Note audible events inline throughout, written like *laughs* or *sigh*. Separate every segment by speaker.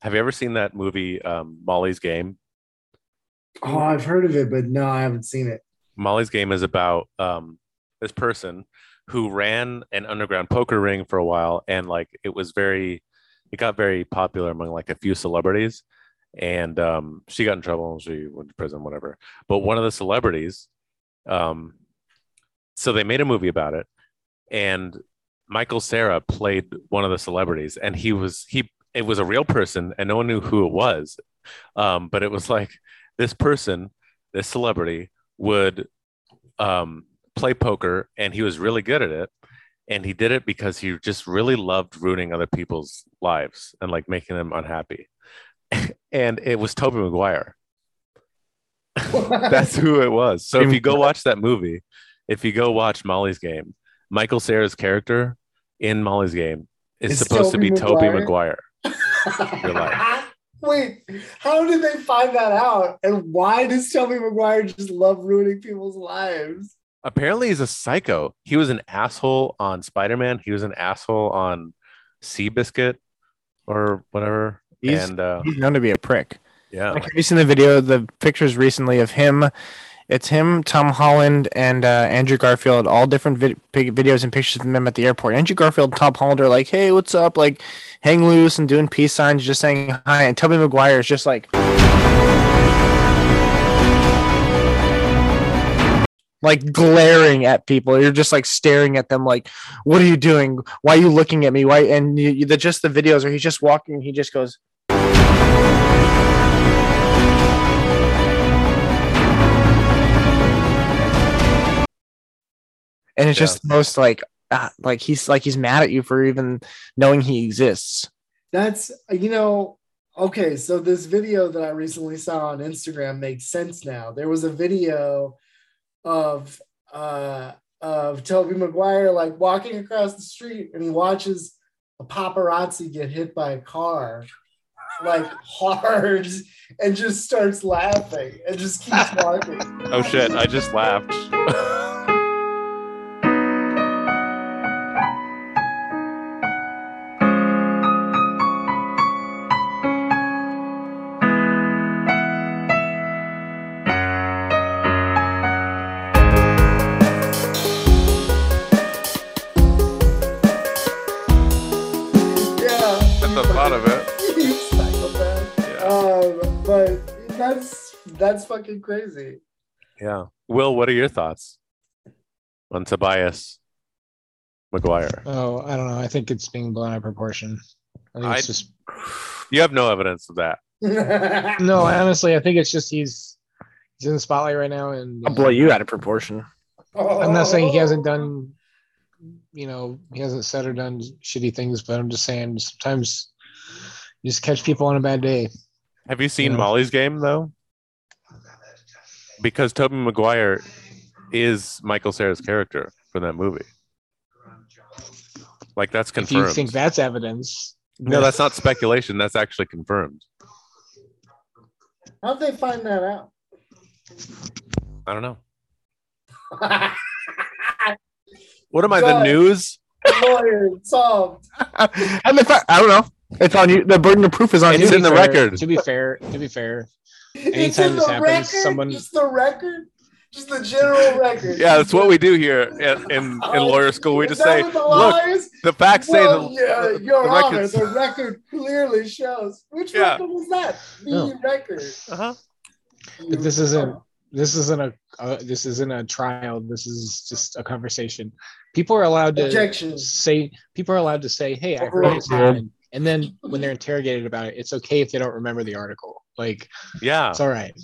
Speaker 1: Have you ever seen that movie, um, Molly's Game?
Speaker 2: Oh, I've heard of it, but no, I haven't seen it.
Speaker 1: Molly's Game is about um, this person who ran an underground poker ring for a while, and like it was very, it got very popular among like a few celebrities, and um, she got in trouble, she went to prison, whatever. But one of the celebrities, um, so they made a movie about it, and Michael Sarah played one of the celebrities, and he was he it was a real person, and no one knew who it was, um, but it was like this person, this celebrity would um, play poker and he was really good at it and he did it because he just really loved ruining other people's lives and like making them unhappy *laughs* and it was toby maguire *laughs* that's who it was so if you go watch that movie if you go watch molly's game michael sarah's character in molly's game is
Speaker 2: It's
Speaker 1: supposed
Speaker 2: Tobey
Speaker 1: to be toby
Speaker 2: Maguire?
Speaker 1: maguire Your life.
Speaker 2: *laughs* Wait, how did they find that out? And why does Toby Maguire just love ruining people's lives?
Speaker 1: apparently he's a psycho he was an asshole on spider-man he was an asshole on seabiscuit or whatever
Speaker 3: He's-
Speaker 1: and uh, Oh.
Speaker 3: He's known to be a prick.
Speaker 1: yeah
Speaker 3: Like, have you seen the video, the pictures recently of him? It's him, Tom Holland, and uh, Andrew Garfield. All different vid- pic- videos and pictures of them at the airport. Andrew Garfield, and Tom Holland are like, "Hey, what's up?" Like, hang loose and doing peace signs, just saying hi. And Tobey Maguire is just like, like glaring at people. You're just like staring at them, like, "What are you doing? Why are you looking at me? Why?" And you, you, the just the videos where he's just walking, he just goes. and it's just the most like ah, like he's like he's mad at you for even knowing he exists
Speaker 2: That's, you know, okay. So, this video that I recently saw on Instagram makes sense now. There was a video of, uh, of Toby Maguire like walking across the street and he watches a paparazzi get hit by a car like *laughs* hard and just starts laughing and just
Speaker 4: *laughs*
Speaker 2: keeps walking.
Speaker 1: Oh shit, I just laughed.
Speaker 2: Yeah.
Speaker 1: At the thought of it.
Speaker 2: You psychopath.
Speaker 1: Yeah.
Speaker 2: Um, but that's that's fucking crazy. *laughs*
Speaker 1: yeah. Will, what are your thoughts on Tobias McGuire?
Speaker 4: Oh, I don't know. I think it's being blown out of proportion. I think
Speaker 1: I-
Speaker 4: it's just
Speaker 1: You have no evidence of that.
Speaker 2: yeah,
Speaker 4: no. I honestly, I think it's just he's he's in the spotlight right now, and
Speaker 3: i'll blow you out of proportion
Speaker 4: I'm not saying he hasn't done, you know, he hasn't said or done shitty things, but I'm just saying sometimes you just catch people on a bad day.
Speaker 1: Have you seen
Speaker 4: Yeah.
Speaker 1: Molly's game though? Because Toby Maguire is Michael Sarah's character from that movie. Like that's confirmed.
Speaker 4: If you think that's evidence, *laughs*
Speaker 1: no, that's not speculation. That's actually confirmed.
Speaker 2: How'd they find that out?
Speaker 1: I don't know. What am I, the
Speaker 2: God.
Speaker 1: news?
Speaker 2: *laughs* Lawyer solved.
Speaker 3: *laughs* and the fact i don't know it's on you the burden of proof is on
Speaker 4: To
Speaker 3: you
Speaker 1: It's
Speaker 4: be
Speaker 1: in the
Speaker 4: fair-
Speaker 1: record.
Speaker 4: To be fair, to be fair,
Speaker 2: it's
Speaker 4: Anytime
Speaker 2: in
Speaker 4: this
Speaker 2: the
Speaker 4: happens,
Speaker 2: record.
Speaker 4: someone-
Speaker 2: Just the record. Just the general record.
Speaker 1: Yeah, that's what we do here at, in, in lawyer school. We
Speaker 2: Is
Speaker 1: just
Speaker 2: that
Speaker 1: say,
Speaker 2: what the
Speaker 1: look,
Speaker 2: law is?
Speaker 1: the facts say
Speaker 2: Well,
Speaker 1: the,
Speaker 2: yeah,
Speaker 1: the- the
Speaker 2: Your Honor,
Speaker 1: records-
Speaker 2: the record clearly shows. Which
Speaker 1: Yeah.
Speaker 2: record was that? The
Speaker 4: No.
Speaker 2: record.
Speaker 1: Uh-huh.
Speaker 4: But this isn't- this isn't a uh, this isn't a trial. This is just a conversation. People are allowed to
Speaker 2: objections.
Speaker 4: say people are allowed to say, "Hey, I heard this happened," and then when they're interrogated about it, it's okay if they don't remember the article. Like
Speaker 1: Yeah.
Speaker 4: it's all right.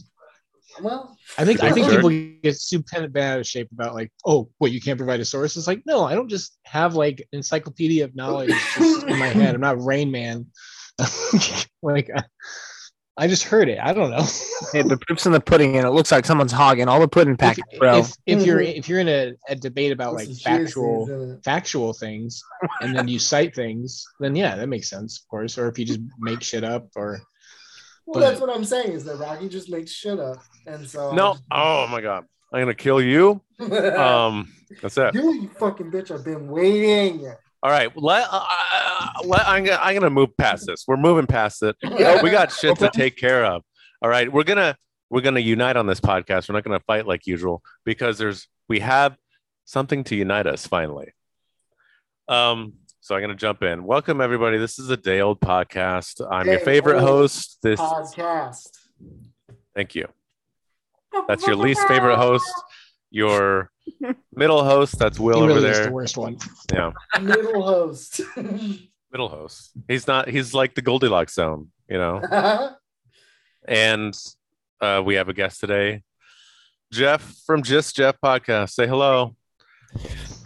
Speaker 2: Well,
Speaker 4: I think I
Speaker 1: Big
Speaker 4: think
Speaker 1: jerk.
Speaker 4: people get super bad out of shape about like, oh, what you can't provide a source. It's like, no, I don't just have like encyclopedia of knowledge just in my head. I'm not Rain Man. *laughs* like, I, I just heard it. I don't know.
Speaker 3: Hey, the proof's in the pudding and it looks like someone's hogging all the pudding
Speaker 4: if,
Speaker 3: packet bro
Speaker 4: if, if you're if you're in a, a debate about like
Speaker 2: Mm-hmm. this is
Speaker 4: factual
Speaker 2: seriously, isn't it?
Speaker 4: factual things and then you cite things, then yeah, that makes sense, of course. Or if you just make shit up or
Speaker 2: Well, that's what I'm saying is that Rocky just makes shit up, and so
Speaker 1: No.
Speaker 2: *laughs*
Speaker 1: Oh my god. I'm gonna kill you. Um. That's it.
Speaker 2: you, you fucking bitch. I've been waiting.
Speaker 1: All All right, let, uh, let I'm, gonna, I'm gonna move past this. We're moving past it.
Speaker 2: Yeah.
Speaker 1: Oh, We got shit to take care of. All right, we're gonna we're gonna unite on this podcast. We're not gonna fight like usual because there's we have something to unite us finally. Um, so I'm gonna jump in. Welcome everybody. This is a day old podcast. I'm your
Speaker 2: Day
Speaker 1: favorite
Speaker 2: old
Speaker 1: host. This
Speaker 2: podcast.
Speaker 1: thank you. That's your least favorite
Speaker 2: *laughs*
Speaker 1: host. Your middle host. That's Will
Speaker 4: he
Speaker 1: over
Speaker 4: really is the
Speaker 1: there.
Speaker 4: worst one.
Speaker 1: Yeah,
Speaker 2: Middle host. *laughs*
Speaker 1: middle host. He's not. He's like the Goldilocks zone. You know. and uh, we have a guest today, Jeff from Just Jeff Podcast. Say hello.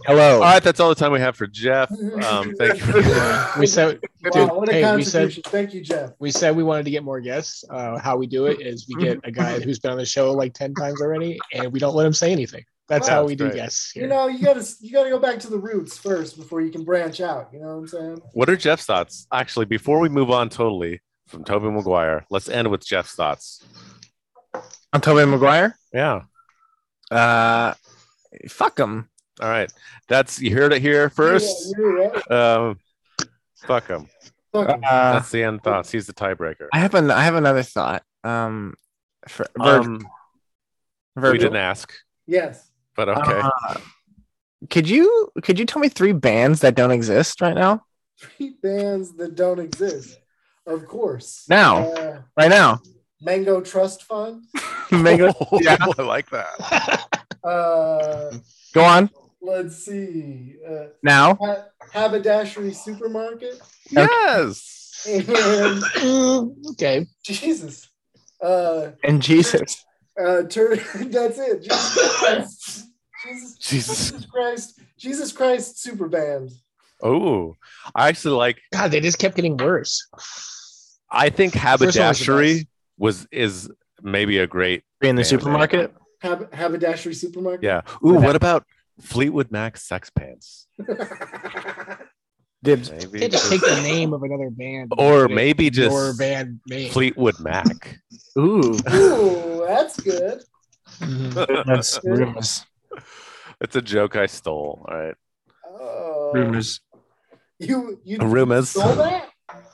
Speaker 1: All
Speaker 3: Hello.
Speaker 1: right, that's all the time we have for Jeff. Um, thank you.
Speaker 3: *laughs*
Speaker 1: For-
Speaker 2: *laughs*
Speaker 4: We said
Speaker 2: wow, what a
Speaker 4: Hey, we said-
Speaker 2: contribution. Thank you, Jeff.
Speaker 4: we said we wanted to get more guests. Uh, how we do it is we get
Speaker 2: *laughs*
Speaker 4: a guy who's been on the show like ten times already, and we don't let him say anything. That's
Speaker 1: Wow,
Speaker 4: how we
Speaker 1: that's
Speaker 4: do
Speaker 1: great.
Speaker 4: guests. Here.
Speaker 2: You know, you gotta you gotta go back to the roots first before you can branch out. You know what I'm saying?
Speaker 1: what are Jeff's thoughts? Actually, before we move on totally from Toby Maguire, let's end with Jeff's thoughts.
Speaker 3: I'm Toby Maguire.
Speaker 1: Yeah.
Speaker 3: Uh, fuck him.
Speaker 1: All right. That's you heard it here first.
Speaker 2: Yeah, yeah, yeah.
Speaker 1: Um, fuck him.
Speaker 2: Fuck him.
Speaker 3: Uh,
Speaker 1: That's the end thoughts. He's the tiebreaker.
Speaker 3: I have an I have another thought. Um, for, Vir-
Speaker 1: Um,
Speaker 3: Virgil.
Speaker 1: we didn't ask,
Speaker 2: yes.
Speaker 1: but okay.
Speaker 3: Uh, could you could you tell me three bands that don't exist right now?
Speaker 2: Three bands that don't exist. Of course.
Speaker 3: Now,
Speaker 2: Uh,
Speaker 3: right now. *laughs*
Speaker 2: Mango Trust Fund.
Speaker 1: *laughs*
Speaker 3: Mango- yeah.
Speaker 1: I like that.
Speaker 2: Uh, *laughs*
Speaker 3: Go on
Speaker 2: let's see. Uh,
Speaker 3: now.
Speaker 2: Ha- Haberdashery Supermarket.
Speaker 1: Yes.
Speaker 2: And
Speaker 4: *laughs*
Speaker 2: *laughs*
Speaker 4: okay.
Speaker 2: Jesus. Uh,
Speaker 3: And Jesus.
Speaker 2: uh, tur- *laughs* that's it. Jesus Christ. Jesus,
Speaker 1: Jesus.
Speaker 2: Jesus Christ. Jesus Christ Super Band.
Speaker 1: Oh, I actually like.
Speaker 4: God, they just kept getting worse.
Speaker 1: I think
Speaker 4: was the
Speaker 1: haberdashery
Speaker 4: best.
Speaker 1: was is maybe a great
Speaker 3: Be in the
Speaker 1: Band
Speaker 3: supermarket.
Speaker 2: Hab- Haberdashery Supermarket.
Speaker 1: yeah. Ooh, what about Fleetwood Mac Sex Pants?
Speaker 3: Dibs.
Speaker 1: Maybe
Speaker 4: They just
Speaker 1: just-
Speaker 4: take the name of another band,
Speaker 1: or maybe just
Speaker 4: your band name.
Speaker 1: Fleetwood
Speaker 4: *laughs*
Speaker 1: Mac.
Speaker 3: Ooh.
Speaker 2: *laughs* Ooh, that's good.
Speaker 4: Mhm.
Speaker 3: That's rumors.
Speaker 1: It's a joke I stole. All right,
Speaker 2: Oh.
Speaker 3: Rumors.
Speaker 2: You you
Speaker 1: rumors.
Speaker 2: stole that?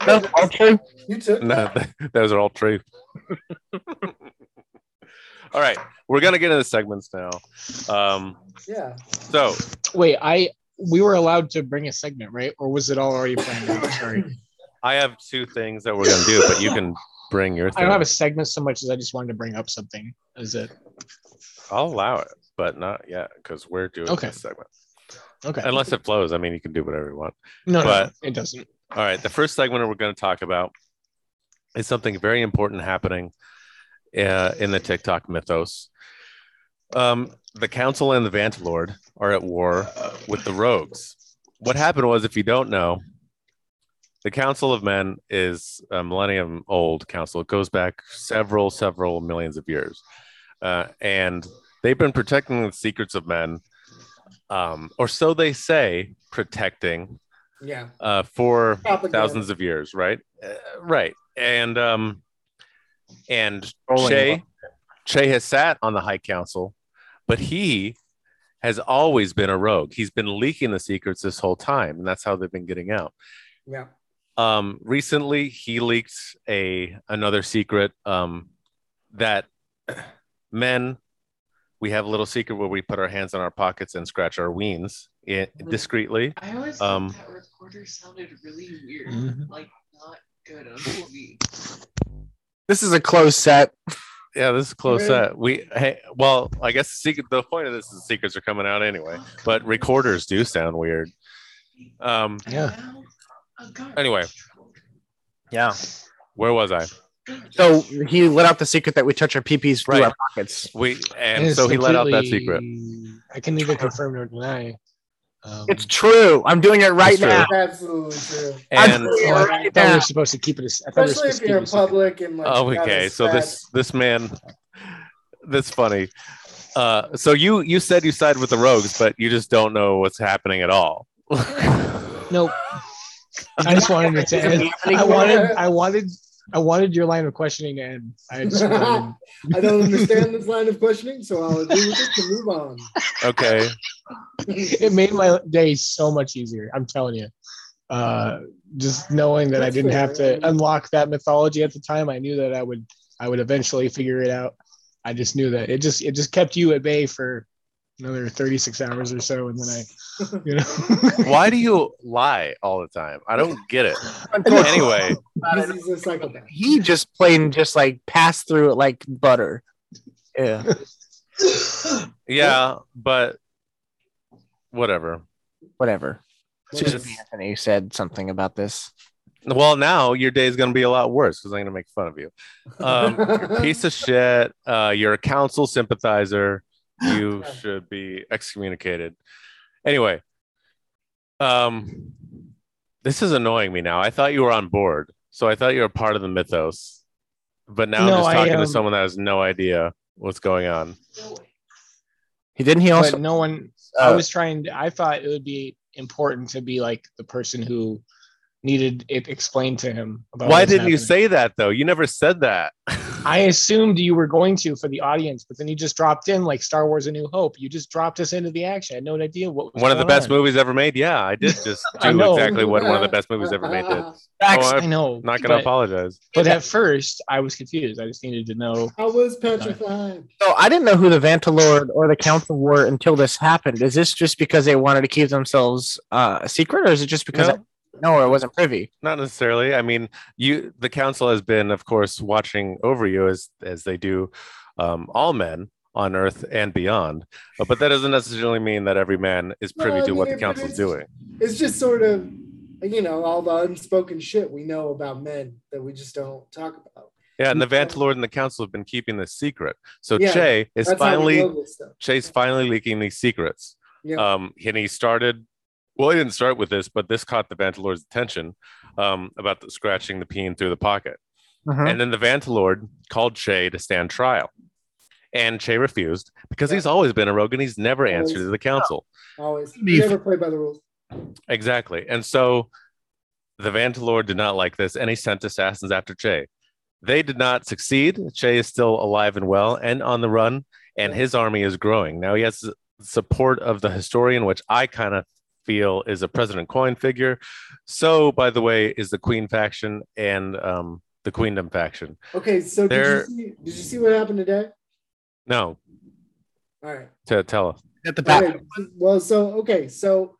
Speaker 3: No, all true.
Speaker 2: You
Speaker 1: *laughs*
Speaker 2: took
Speaker 1: No,
Speaker 2: that?
Speaker 1: th- those are all true. all right, we're gonna get into the segments now. Um,
Speaker 2: Yeah.
Speaker 1: so
Speaker 4: Wait, I we were allowed to bring a segment, right? Or was it all already planned
Speaker 2: *laughs*
Speaker 4: out? Sorry.
Speaker 1: I have two things that we're gonna do, but you can bring your.
Speaker 4: I
Speaker 1: Thing.
Speaker 4: don't have a segment so much as I just wanted to bring up something. Is it
Speaker 1: I'll allow it, but not yet because we're doing
Speaker 4: Okay.
Speaker 1: this segment.
Speaker 4: okay?
Speaker 1: Unless it flows, I mean, you can do whatever you want.
Speaker 4: no, no,
Speaker 1: but-
Speaker 4: it doesn't.
Speaker 1: All right, the first segment we're going to talk about is something very important happening uh, in the TikTok mythos. Um, the Council and the Vantalord are at war with the Rogues. What happened was, if you don't know, the Council of Men is a millennium old council. It goes back several, several millions of years. Uh, and they've been protecting the secrets of men, um, or so they say, protecting
Speaker 2: Yeah.
Speaker 1: uh, for
Speaker 2: Propaganda.
Speaker 1: thousands of years, right? Uh, right. And um, and
Speaker 3: Rolling
Speaker 1: Che Che has sat on the High Council, but he has always been a rogue. He's been leaking the secrets this whole time, and that's how they've been getting out.
Speaker 2: Yeah.
Speaker 1: Um, recently, he leaked a another secret um, that men we have a little secret where we put our hands in our pockets and scratch our weens i- discreetly.
Speaker 5: I always
Speaker 1: Um,
Speaker 5: thought that recorder sounded really weird,
Speaker 4: Mhm.
Speaker 5: like not good on TV.
Speaker 3: This is a close set.
Speaker 1: Yeah, this is close
Speaker 2: Yeah.
Speaker 1: set. We hey, well, I guess the secret. The point of this is the secrets are coming out anyway. But recorders do sound weird. Um,
Speaker 5: And
Speaker 4: Yeah.
Speaker 5: now, a garbage
Speaker 1: Anyway.
Speaker 5: truck.
Speaker 3: Yeah.
Speaker 1: where was I?
Speaker 3: So he let out the secret that we touch our peepees through
Speaker 1: Right.
Speaker 3: our pockets.
Speaker 1: We
Speaker 4: It
Speaker 1: and
Speaker 4: is
Speaker 1: so he let out that secret.
Speaker 4: completely- I can neither confirm nor deny. Um,
Speaker 3: It's true. I'm doing it right
Speaker 1: That's true.
Speaker 3: now.
Speaker 2: Absolutely true.
Speaker 1: And
Speaker 3: true.
Speaker 4: oh, I, I thought we
Speaker 3: Yeah.
Speaker 4: were supposed to keep it. a- I thought we were
Speaker 2: Especially
Speaker 4: supposed
Speaker 2: if
Speaker 4: to keep
Speaker 2: you're
Speaker 4: it
Speaker 2: in
Speaker 4: a secret.
Speaker 2: public and like
Speaker 1: oh,
Speaker 2: you got
Speaker 1: okay,
Speaker 2: a
Speaker 1: so this this man, that's funny. Uh, so you you said you side with the rogues, but you just don't know what's happening at all. *laughs*
Speaker 4: Nope. I just wanted it to
Speaker 2: *laughs*
Speaker 4: end. I wanted. I wanted. I wanted your line of questioning to end. I just wanted,
Speaker 2: spag. I don't understand this line of questioning, so I'll agree with it
Speaker 1: *laughs*
Speaker 2: to move on.
Speaker 1: Okay,
Speaker 4: *laughs* it made my day so much easier. I'm telling you. uh, just knowing that I
Speaker 2: That's
Speaker 4: didn't
Speaker 2: fair,
Speaker 4: have to
Speaker 2: yeah.
Speaker 4: unlock that mythology at the time, I knew that I would I would eventually figure it out. I just knew that it just it just kept you at bay for another 36 hours or so, and then I,
Speaker 1: *laughs*
Speaker 4: you know,
Speaker 1: Why do you lie all the time? I don't get
Speaker 4: *laughs*
Speaker 1: it. Anyway,
Speaker 2: Because he's a psychopath.
Speaker 3: he just plain just like passed through it like butter. Yeah.
Speaker 1: yeah, but whatever.
Speaker 3: Whatever. Susan
Speaker 1: Just-
Speaker 3: Anthony said something about this.
Speaker 1: Well, now your day is going to be a lot worse because I'm going to make fun of you.
Speaker 2: *laughs*
Speaker 1: Um,
Speaker 4: *laughs*
Speaker 1: you're a piece of shit. Uh, you're a council sympathizer.
Speaker 4: *laughs*
Speaker 1: You should be excommunicated. Anyway, um, this is annoying me now. I thought you were on board, so I thought you were part of the mythos, but now
Speaker 4: No,
Speaker 1: I'm just
Speaker 4: I,
Speaker 1: talking to
Speaker 4: um,
Speaker 1: someone that has no idea what's going on.
Speaker 5: No way.
Speaker 3: He didn't he also
Speaker 4: but no one I
Speaker 3: uh,
Speaker 4: was trying to, I thought it would be important to be like the person who needed it explained to him. About
Speaker 1: Why
Speaker 4: what was
Speaker 1: didn't you
Speaker 4: happening.
Speaker 1: say that though? You never said that.
Speaker 4: I assumed you were going to for the audience, but then you just dropped in like Star Wars A New Hope. You just dropped us into the action. I had no idea what was
Speaker 1: one of the
Speaker 4: going
Speaker 1: best
Speaker 4: on.
Speaker 1: movies ever made. Yeah, I did
Speaker 2: *laughs*
Speaker 1: just
Speaker 4: I
Speaker 1: do
Speaker 4: know.
Speaker 1: exactly what one of the best movies ever made did.
Speaker 3: Facts.
Speaker 1: Oh,
Speaker 4: I
Speaker 1: I'm
Speaker 4: know.
Speaker 1: not going to
Speaker 4: but,
Speaker 1: apologize.
Speaker 4: but at first, I was confused. I just needed to know.
Speaker 2: I was petrified.
Speaker 3: So I didn't know who the Vantalord or the Council were until this happened. Is this just because they wanted to keep themselves uh, a secret, or is it just because
Speaker 1: No.
Speaker 3: I didn't know or I wasn't privy?
Speaker 1: Not necessarily. I mean, you the council has been, of course, watching over you as as they do um, all men on Earth and beyond. Uh, But that doesn't necessarily mean that every man is
Speaker 2: No,
Speaker 1: privy
Speaker 2: I
Speaker 1: to what the
Speaker 2: mean, but
Speaker 1: council's
Speaker 2: it's-
Speaker 1: doing.
Speaker 2: It's just sort of, you know, all the unspoken shit we know about men that we just don't talk about.
Speaker 1: Yeah, and the Vantalord and the council have been keeping this secret. So
Speaker 2: Yeah,
Speaker 1: Che is
Speaker 2: That's how
Speaker 1: finally
Speaker 2: we know this stuff.
Speaker 1: Che's finally leaking these secrets.
Speaker 2: Yeah.
Speaker 1: um, and he started. Well, he didn't start with this, but this caught the Vantalord's attention um, about the, scratching the peen through the pocket.
Speaker 4: Mm-hmm.
Speaker 3: Mhm.
Speaker 1: And then the Vantalord called Che to stand trial, and Che refused because
Speaker 2: Yeah.
Speaker 1: he's always been a rogue and he's never answered
Speaker 2: Always.
Speaker 1: to the council.
Speaker 2: Always.
Speaker 3: Beef.
Speaker 2: Never play by the rules.
Speaker 1: Exactly. And so the Vantalord did not like this, and he sent assassins after Che. They did not succeed. Che is still alive and well and on the run, and his army is growing. Now he has the support of the historian, which I kind of feel is a President Coin figure. So, by the way, is the Queen faction and um, the Queendom faction.
Speaker 2: Okay, so did you,
Speaker 1: There-
Speaker 2: see, did you see what happened today?
Speaker 1: No,
Speaker 2: All right.
Speaker 1: to tell us.
Speaker 3: At the back.
Speaker 2: Okay, well, so okay, so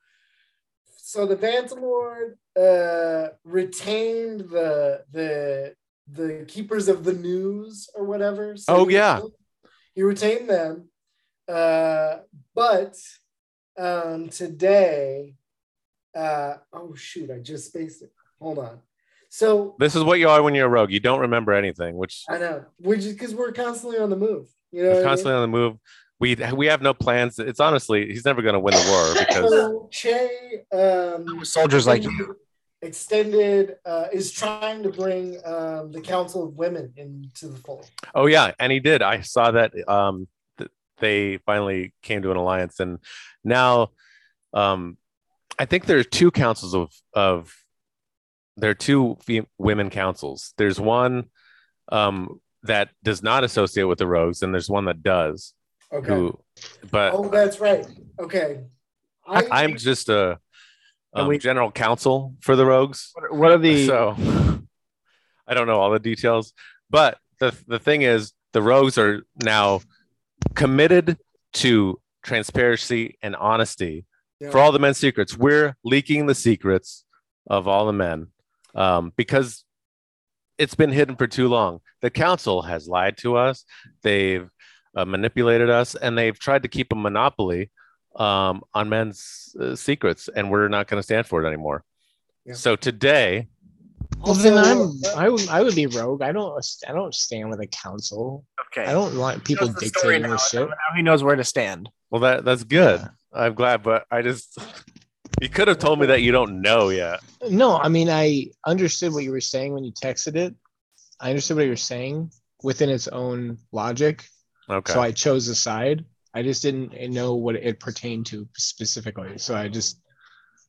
Speaker 2: so the Vantalord uh, retained the the the keepers of the news or whatever. So
Speaker 1: Oh,
Speaker 2: he
Speaker 1: yeah.
Speaker 2: retained- he retained them, uh, but um, today, uh, oh shoot, I just spaced it. Hold on. So
Speaker 1: This is what you are when you're a rogue. You don't remember anything, which
Speaker 2: I know we're just because we're constantly on the move. You know,
Speaker 1: is
Speaker 2: what I mean?
Speaker 1: constantly on the move. We, we have no plans. It's honestly, he's never going to win the war because
Speaker 2: So Che, um,
Speaker 3: Soldiers like
Speaker 2: extended uh, is trying to bring um, the Council of Women into the fold.
Speaker 1: Oh yeah, and he did. I saw that um th- they finally came to an alliance and now um I think there are two councils of of there are two fe- women councils. There's one um that does not associate with the rogues and there's one that does
Speaker 2: Okay.
Speaker 1: who but
Speaker 2: oh, that's right. Okay.
Speaker 1: I, am just a
Speaker 3: And
Speaker 1: um,
Speaker 3: we-
Speaker 1: general counsel for the rogues.
Speaker 3: what are- what are
Speaker 1: *laughs*
Speaker 3: the
Speaker 1: So I don't know all the details, but the the thing is, the rogues are now committed to transparency and honesty
Speaker 2: Yeah.
Speaker 1: for all the men's secrets. We're leaking the secrets of all the men um, because it's been hidden for too long. The council has lied to us. They've uh, manipulated us, and they've tried to keep a monopoly um, on men's uh, secrets, and we're not going to stand for it anymore.
Speaker 2: Yeah.
Speaker 1: So today,
Speaker 4: Well, then
Speaker 2: Also,
Speaker 4: I'm I would I would be rogue. I don't I don't stand with a council.
Speaker 3: okay?
Speaker 4: I don't want
Speaker 3: He knows
Speaker 4: people
Speaker 3: the story
Speaker 4: dictating
Speaker 3: now.
Speaker 4: this shit.
Speaker 3: Now he knows where to stand.
Speaker 1: Well, that that's good. I'm glad, but I just *laughs* you could have told me that you don't know yet.
Speaker 4: No, I mean I understood what you were saying when you texted it. I understood what you were saying within its own logic.
Speaker 1: Okay.
Speaker 4: So I chose a side. I just didn't know what it pertained to specifically. So I just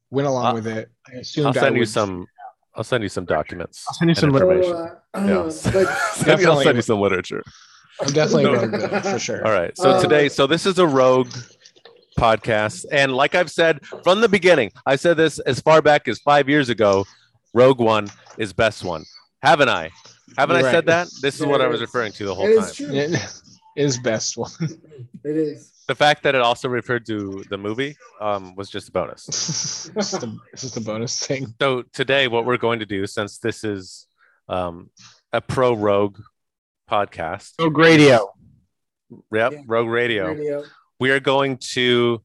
Speaker 4: went along
Speaker 1: Uh,
Speaker 4: with it. I assumed
Speaker 1: I'll
Speaker 4: I
Speaker 1: send you
Speaker 4: would-
Speaker 1: some. I'll send you some documents.
Speaker 3: I'll send you
Speaker 1: and
Speaker 3: some
Speaker 2: so, *laughs*
Speaker 1: information.
Speaker 2: uh,
Speaker 1: *laughs* Yeah.
Speaker 2: but
Speaker 1: Maybe I'll send
Speaker 4: Definitely.
Speaker 1: you some literature.
Speaker 4: *laughs* I'm definitely
Speaker 1: No. *laughs*
Speaker 4: rogue though, for sure.
Speaker 1: All right. So
Speaker 2: Uh,
Speaker 1: today, so this is a rogue podcasts. And like I've said from the beginning, I said this as far back as five years ago Rogue One is best one. Haven't I? Haven't
Speaker 4: You're
Speaker 1: I said
Speaker 4: right.
Speaker 1: that? This is what I was referring to the whole
Speaker 2: It
Speaker 1: time.
Speaker 2: is true. It
Speaker 4: *laughs* It is best one. *laughs*
Speaker 2: is.
Speaker 1: The fact that it also referred to the movie um, was just a bonus.
Speaker 4: it's, just a, it's just a bonus thing.
Speaker 1: so today what we're going to do since this is um, a pro rogue podcast
Speaker 4: Oh,
Speaker 3: Rogue Radio.
Speaker 1: yep,
Speaker 2: Yeah.
Speaker 1: rogue radio
Speaker 2: Radio.
Speaker 1: we are going to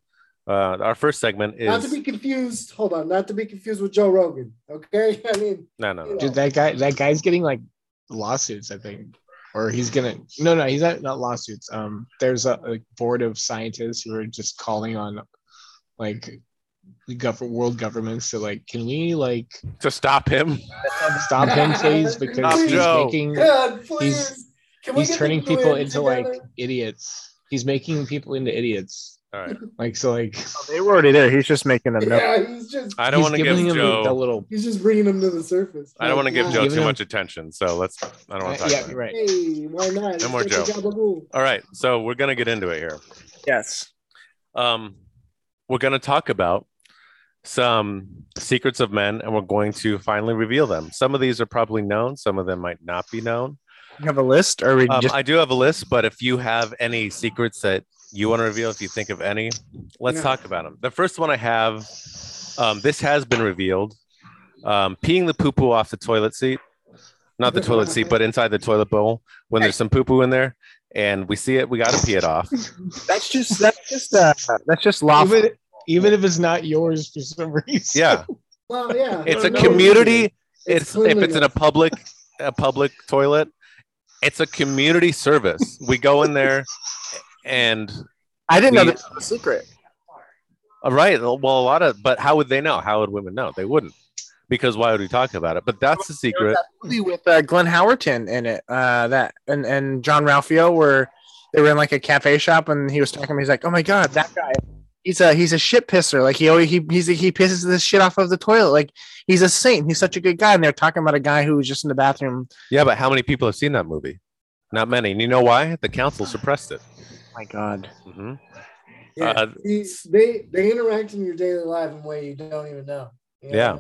Speaker 1: uh, our first segment
Speaker 2: Not to
Speaker 1: is
Speaker 2: be confused. Hold on. Not to be confused with Joe Rogan. Okay. *laughs* I mean,
Speaker 1: no no no
Speaker 2: Yeah.
Speaker 4: Dude, that guy that guy's getting like lawsuits, I think. Or he's gonna no no, he's not not lawsuits. Um there's a, a board of scientists who are just calling on like the gov- world governments to like, can we like
Speaker 1: to stop him
Speaker 4: stop him please?
Speaker 1: Stop
Speaker 4: Because he's
Speaker 1: Joe.
Speaker 4: making
Speaker 2: God, *laughs* please.
Speaker 4: He's-
Speaker 2: Can we
Speaker 4: he's
Speaker 2: get
Speaker 4: turning
Speaker 2: the UN
Speaker 4: people into like
Speaker 2: together?
Speaker 4: idiots. He's making people into idiots.
Speaker 1: all right
Speaker 4: Like so like
Speaker 3: They were already there. He's just making them know.
Speaker 2: Yeah, he's just.
Speaker 1: i don't
Speaker 4: he's
Speaker 1: want to give
Speaker 4: giving them the
Speaker 1: joe
Speaker 4: little
Speaker 2: He's just bringing them to the surface.
Speaker 1: i don't want to give joe
Speaker 4: Giving
Speaker 1: too
Speaker 4: him-
Speaker 1: much attention so let's i
Speaker 2: Uh,
Speaker 1: don't want to talk
Speaker 4: yeah,
Speaker 1: about it
Speaker 4: right.
Speaker 2: Hey, why not?
Speaker 1: No more
Speaker 2: Let's get
Speaker 1: Joe.
Speaker 2: the job done.
Speaker 1: all right so we're going to get into it here
Speaker 3: Yes.
Speaker 1: um, we're going to talk about some secrets of men and we're going to finally reveal them some of these are probably known some of them might not be known
Speaker 3: You have a list, or we
Speaker 4: Uh,
Speaker 1: Um,
Speaker 3: just
Speaker 1: I do have a list, but if you have any secrets that you want to reveal, if you think of any, let's
Speaker 2: Yeah.
Speaker 1: talk about them. The first one I have, um, this has been revealed. Um, peeing the poo poo off the toilet seat, not the toilet seat, but inside the toilet bowl when there's some poo poo in there, and we see it, we got to pee it
Speaker 2: *laughs*
Speaker 1: off.
Speaker 3: that's just that's just uh, that's just lawful.
Speaker 4: Even, even if it's not yours for some reason.
Speaker 1: Yeah,
Speaker 2: Well, yeah.
Speaker 1: it's
Speaker 2: I
Speaker 1: a
Speaker 2: don't know.
Speaker 1: community. It's if it's
Speaker 2: cleanliness.
Speaker 1: in a public a public toilet, it's a community service. We go in there, and
Speaker 3: I didn't know
Speaker 1: we-
Speaker 3: this was a secret.
Speaker 1: Uh, Right. Well, a lot of, but how would they know? How would women know? They wouldn't, because why would we talk about it? But that's the
Speaker 3: There
Speaker 1: secret.
Speaker 3: was that movie with uh, Glenn Howerton in it. Uh, that and and John Ralphio were they were in like a cafe shop and he was talking. to me, He's like, oh my god, that guy. He's a he's a shit pisser. Like he always he he's, he pisses this shit off of the toilet. Like he's a saint. He's such a good guy. And they're talking about a guy who was just in the bathroom.
Speaker 1: Yeah, but how many people have seen that movie? Not many. And you know why? The council suppressed it.
Speaker 3: Oh my god.
Speaker 1: Mhm.
Speaker 2: Yeah.
Speaker 1: Uh,
Speaker 2: See, they they interact in your daily life in a way you don't even know. you know?
Speaker 1: Yeah.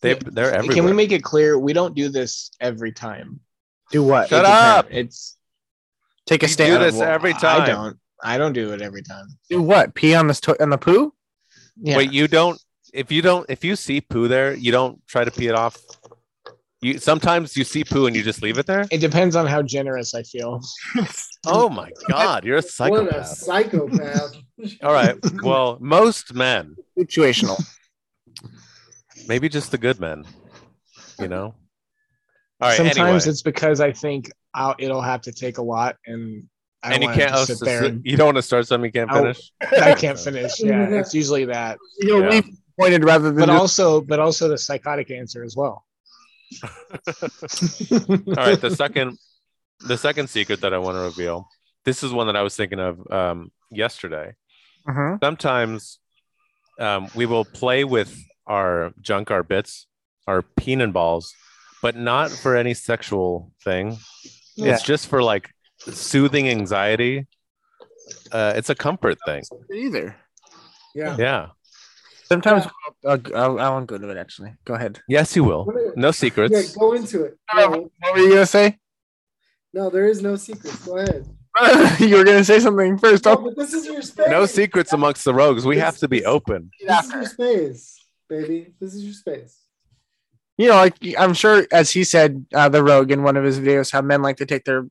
Speaker 1: they they're everywhere.
Speaker 4: *laughs* Can we make it clear we don't do this every time?
Speaker 3: Do what?
Speaker 1: Shut
Speaker 4: It depends.
Speaker 1: up!
Speaker 4: It's
Speaker 3: Take a
Speaker 1: You
Speaker 3: stand.
Speaker 1: do this
Speaker 4: Well,
Speaker 1: every
Speaker 4: I
Speaker 1: time.
Speaker 4: don't. I don't do it every time.
Speaker 3: Do what? Pee on this to- on the poo?
Speaker 4: Yeah.
Speaker 1: Wait, you don't. If you don't, if you see poo there, you don't try to pee it off. You sometimes you see poo and you just leave it there.
Speaker 4: It depends on how generous I feel.
Speaker 1: Oh my god,
Speaker 4: *laughs*
Speaker 1: you're a
Speaker 2: What a
Speaker 1: psychopath. *laughs*
Speaker 2: psychopath.
Speaker 1: All right. Well, most men,
Speaker 3: Situational.
Speaker 1: maybe just the good men, you know. All right.
Speaker 4: Sometimes
Speaker 1: anyway.
Speaker 4: it's because I think I'll, it'll have to take a lot, and I don't
Speaker 1: and you
Speaker 4: wanna
Speaker 1: can't
Speaker 4: just
Speaker 1: oh,
Speaker 4: sit
Speaker 1: so-
Speaker 4: there.
Speaker 1: so
Speaker 4: and-
Speaker 1: you don't want to start something you can't
Speaker 4: I'll- *laughs*
Speaker 1: finish *laughs*
Speaker 4: I can't finish. Yeah, it's usually that.
Speaker 3: You'll
Speaker 1: *laughs* Yeah.
Speaker 3: leave pointed rather than
Speaker 4: But
Speaker 3: just-
Speaker 4: also, but also the psychotic answer as well.
Speaker 1: all right the second the second secret that i want to reveal this is one that i was thinking of um, yesterday
Speaker 3: Mhm.
Speaker 1: sometimes um, we will play with our junk our bits our peanut balls but not for any sexual thing
Speaker 3: Yeah.
Speaker 1: it's just for like soothing anxiety uh, it's a comfort thing
Speaker 3: either.
Speaker 2: yeah.
Speaker 1: yeah
Speaker 3: Sometimes I'll, I'll, I won't go to it actually. Go ahead.
Speaker 1: yes you will no
Speaker 2: Yeah,
Speaker 1: secrets
Speaker 2: go into it. No,
Speaker 3: What were you gonna say? *laughs*
Speaker 2: no, there is no secrets. Go ahead.
Speaker 3: you were gonna say something first.
Speaker 2: No,
Speaker 3: Don't
Speaker 2: but this is your space.
Speaker 1: no secrets amongst the rogues we have to be open
Speaker 2: This is your space, baby. This is your space.
Speaker 3: you know, like I'm sure, as he said, uh, the rogue in one of his videos, how men like to take their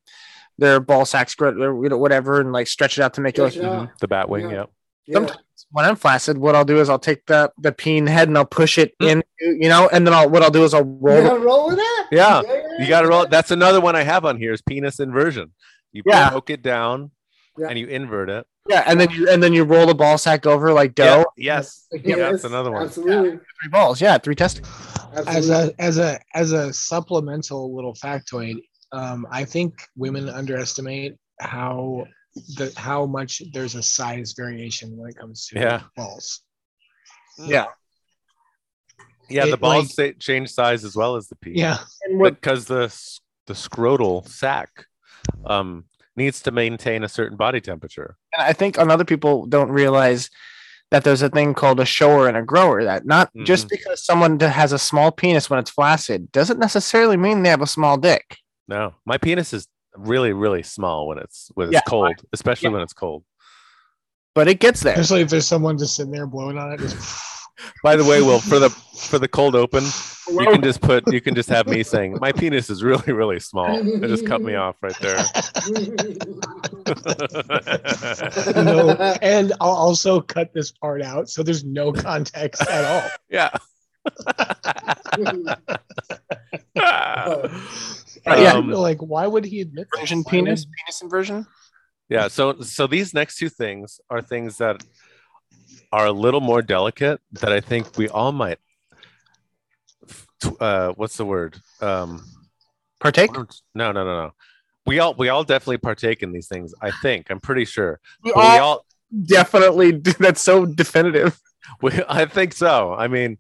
Speaker 3: their ball sacks, gr- their, you know, whatever, and like stretch it out to make it
Speaker 2: Stretch
Speaker 3: look.
Speaker 2: it out.
Speaker 1: the bat wing
Speaker 2: Yeah.
Speaker 1: yep
Speaker 2: Yeah.
Speaker 3: Sometimes when I'm flaccid, what I'll do is I'll take the the peen head and I'll push it in, you know, and then I'll what I'll do is I'll roll.
Speaker 2: You
Speaker 3: it.
Speaker 2: gotta roll it up.
Speaker 1: Yeah.
Speaker 2: yeah.
Speaker 1: You got to roll. That's another one I have on here is penis inversion. You
Speaker 3: Yeah.
Speaker 1: poke it down
Speaker 2: Yeah.
Speaker 1: and you invert it.
Speaker 3: Yeah, and then you and then you roll the ball sack over like dough.
Speaker 1: Yeah, Yes.
Speaker 2: Yeah,
Speaker 1: that's another one.
Speaker 2: Absolutely.
Speaker 3: Three balls. Yeah, three testicles.
Speaker 4: as
Speaker 2: Absolutely.
Speaker 4: a as a as a supplemental little factoid um, i think women underestimate how the how much there's a size variation when it comes to
Speaker 1: Yeah.
Speaker 4: balls
Speaker 3: Yeah.
Speaker 1: Yeah, the
Speaker 4: It,
Speaker 1: balls
Speaker 4: like-
Speaker 1: say, change size *laughs*
Speaker 2: *laughs*
Speaker 1: as well as the penis.
Speaker 4: yeah
Speaker 3: And what
Speaker 1: Because the s- the scrotal sac um needs to maintain a certain body temperature.
Speaker 3: And I think on other people don't realize that there's a thing called a shower and a grower. That not just because someone d- has a small penis when it's flaccid doesn't necessarily mean they have a small dick.
Speaker 1: No, my penis is really, really small when it's when it's
Speaker 3: Yeah.
Speaker 1: cold, especially
Speaker 3: Yeah.
Speaker 1: when it's cold.
Speaker 3: But it gets
Speaker 4: *laughs*
Speaker 3: there.
Speaker 4: Especially if there's someone just sitting there blowing on it. Just,
Speaker 1: By the way, Will, for the for the cold open, *laughs* you
Speaker 4: *laughs*
Speaker 1: can just put you can just have me saying my penis is really, really small. It just cut me off right there. *laughs*
Speaker 4: no. And I'll also cut this part out so there's no *laughs* context at all.
Speaker 1: yeah.
Speaker 2: *laughs*
Speaker 4: And
Speaker 3: yeah.
Speaker 4: people are Um, like, why would he admit this?
Speaker 3: Inversion
Speaker 4: Why
Speaker 3: penis, penis inversion.
Speaker 1: Yeah. So so these next two things are things that are a little more delicate that I think we all might. t- Uh, what's the word? Um,
Speaker 3: Partake.
Speaker 1: no, no, no, no. We all we all definitely partake in these things. I think I'm pretty sure.
Speaker 3: We
Speaker 1: But we all
Speaker 3: definitely. That's so definitive.
Speaker 1: we, I think so. I mean,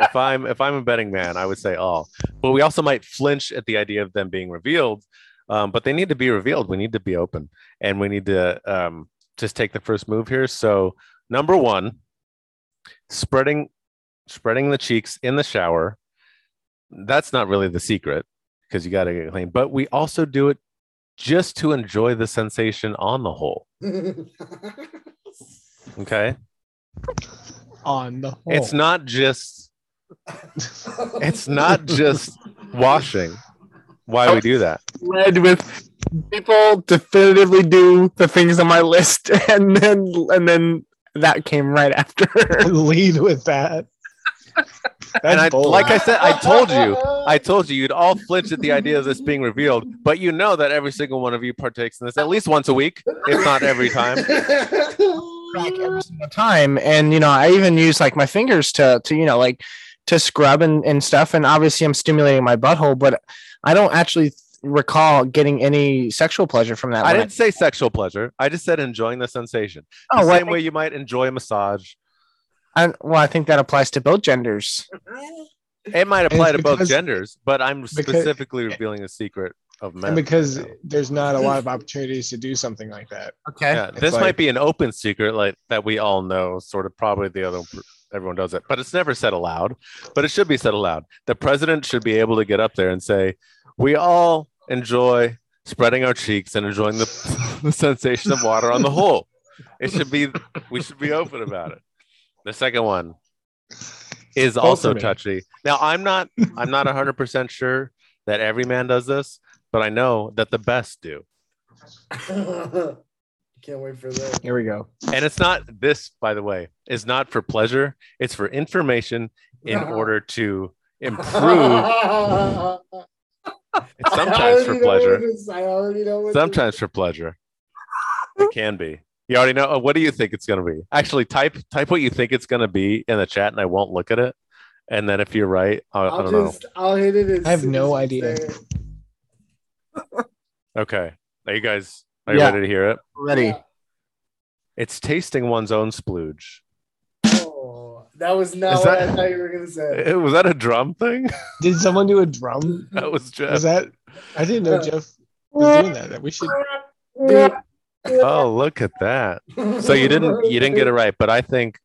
Speaker 1: if I'm if I'm a betting man, I would say all. But we also might flinch at the idea of them being revealed. Um, but they need to be revealed. We need to be open, and we need to um, just take the first move here. So number one, spreading spreading the cheeks in the shower. That's not really the secret because you got to get clean. But we also do it just to enjoy the sensation on the whole. Okay,
Speaker 4: On the whole.
Speaker 1: it's not just
Speaker 2: *laughs*
Speaker 1: *laughs* it's not just washing. Why we do that?
Speaker 3: Led with people definitively do the things on my list, *laughs* and then and then that came right after.
Speaker 4: *laughs* lead
Speaker 1: *laughs*
Speaker 4: with that. That's
Speaker 1: And I,
Speaker 4: bold.
Speaker 1: like I said, I told you, I told you, you'd all flinch at the idea of this being revealed, but you know that every single one of you partakes in this at least once a week, if not every *laughs* time.
Speaker 3: crack every single time. And you know, I even use like my fingers to to you know like to scrub and, and stuff. And obviously, I'm stimulating my butthole, but I don't actually recall getting any sexual pleasure from that.
Speaker 1: I
Speaker 3: when
Speaker 1: didn't say sexual pleasure. I just said enjoying the sensation.
Speaker 3: I,
Speaker 1: The
Speaker 3: oh,
Speaker 1: same
Speaker 3: well,
Speaker 1: way you might enjoy a massage.
Speaker 3: I, well, I think that applies to both genders.
Speaker 1: It might apply to both
Speaker 4: because-
Speaker 1: genders, but I'm
Speaker 4: because-
Speaker 1: specifically revealing the secret of men.
Speaker 4: and because there's not a lot of opportunities to do something like that.
Speaker 3: Okay.
Speaker 1: yeah,
Speaker 4: It's
Speaker 1: this
Speaker 4: like-
Speaker 1: might be an open secret, like that we all know, sort of probably the other everyone does it, but it's never said aloud. But it should be said aloud. The president should be able to get up there and say, "We all enjoy spreading our cheeks and enjoying the, *laughs* the sensation of water on the whole." It should be we should be open about it. The second one is also
Speaker 4: Ultimate.
Speaker 1: touchy. Now I'm not I'm not 100% sure that every man does this, but I know that the best do.
Speaker 2: *laughs* Can't wait for that.
Speaker 4: Here we go.
Speaker 1: and it's not this by the way is not for pleasure it's for information in
Speaker 2: Uh-huh.
Speaker 1: order to
Speaker 2: *laughs*
Speaker 1: improve it's
Speaker 2: I
Speaker 1: sometimes
Speaker 2: already
Speaker 1: for
Speaker 2: know what
Speaker 1: pleasure
Speaker 2: it is. I already know what it is.
Speaker 1: sometimes for pleasure it can be you already know oh, what do you think it's going to be actually type type what you think it's going to be in the chat and i won't look at it and then if you're right i, I
Speaker 2: I'll
Speaker 1: don't
Speaker 2: just I'll hit it. As
Speaker 4: I have
Speaker 2: soon
Speaker 4: no
Speaker 2: as you
Speaker 4: idea.
Speaker 2: say it.
Speaker 1: know okay are you guys are you
Speaker 3: Yeah.
Speaker 1: ready to hear it
Speaker 3: Ready?
Speaker 2: Yeah.
Speaker 1: it's tasting one's own splooge
Speaker 2: Oh, that was not
Speaker 1: Is
Speaker 2: what
Speaker 1: that-
Speaker 2: I thought you were gonna say.
Speaker 1: Eh, was that a drum thing *laughs*
Speaker 4: Did someone do a drum?
Speaker 1: that was
Speaker 4: Was
Speaker 1: just
Speaker 4: that? I didn't
Speaker 2: Uh,
Speaker 4: know Jeff was doing that. That we should.
Speaker 1: oh look at that *laughs* so you
Speaker 2: *laughs*
Speaker 1: didn't you didn't get it right but i think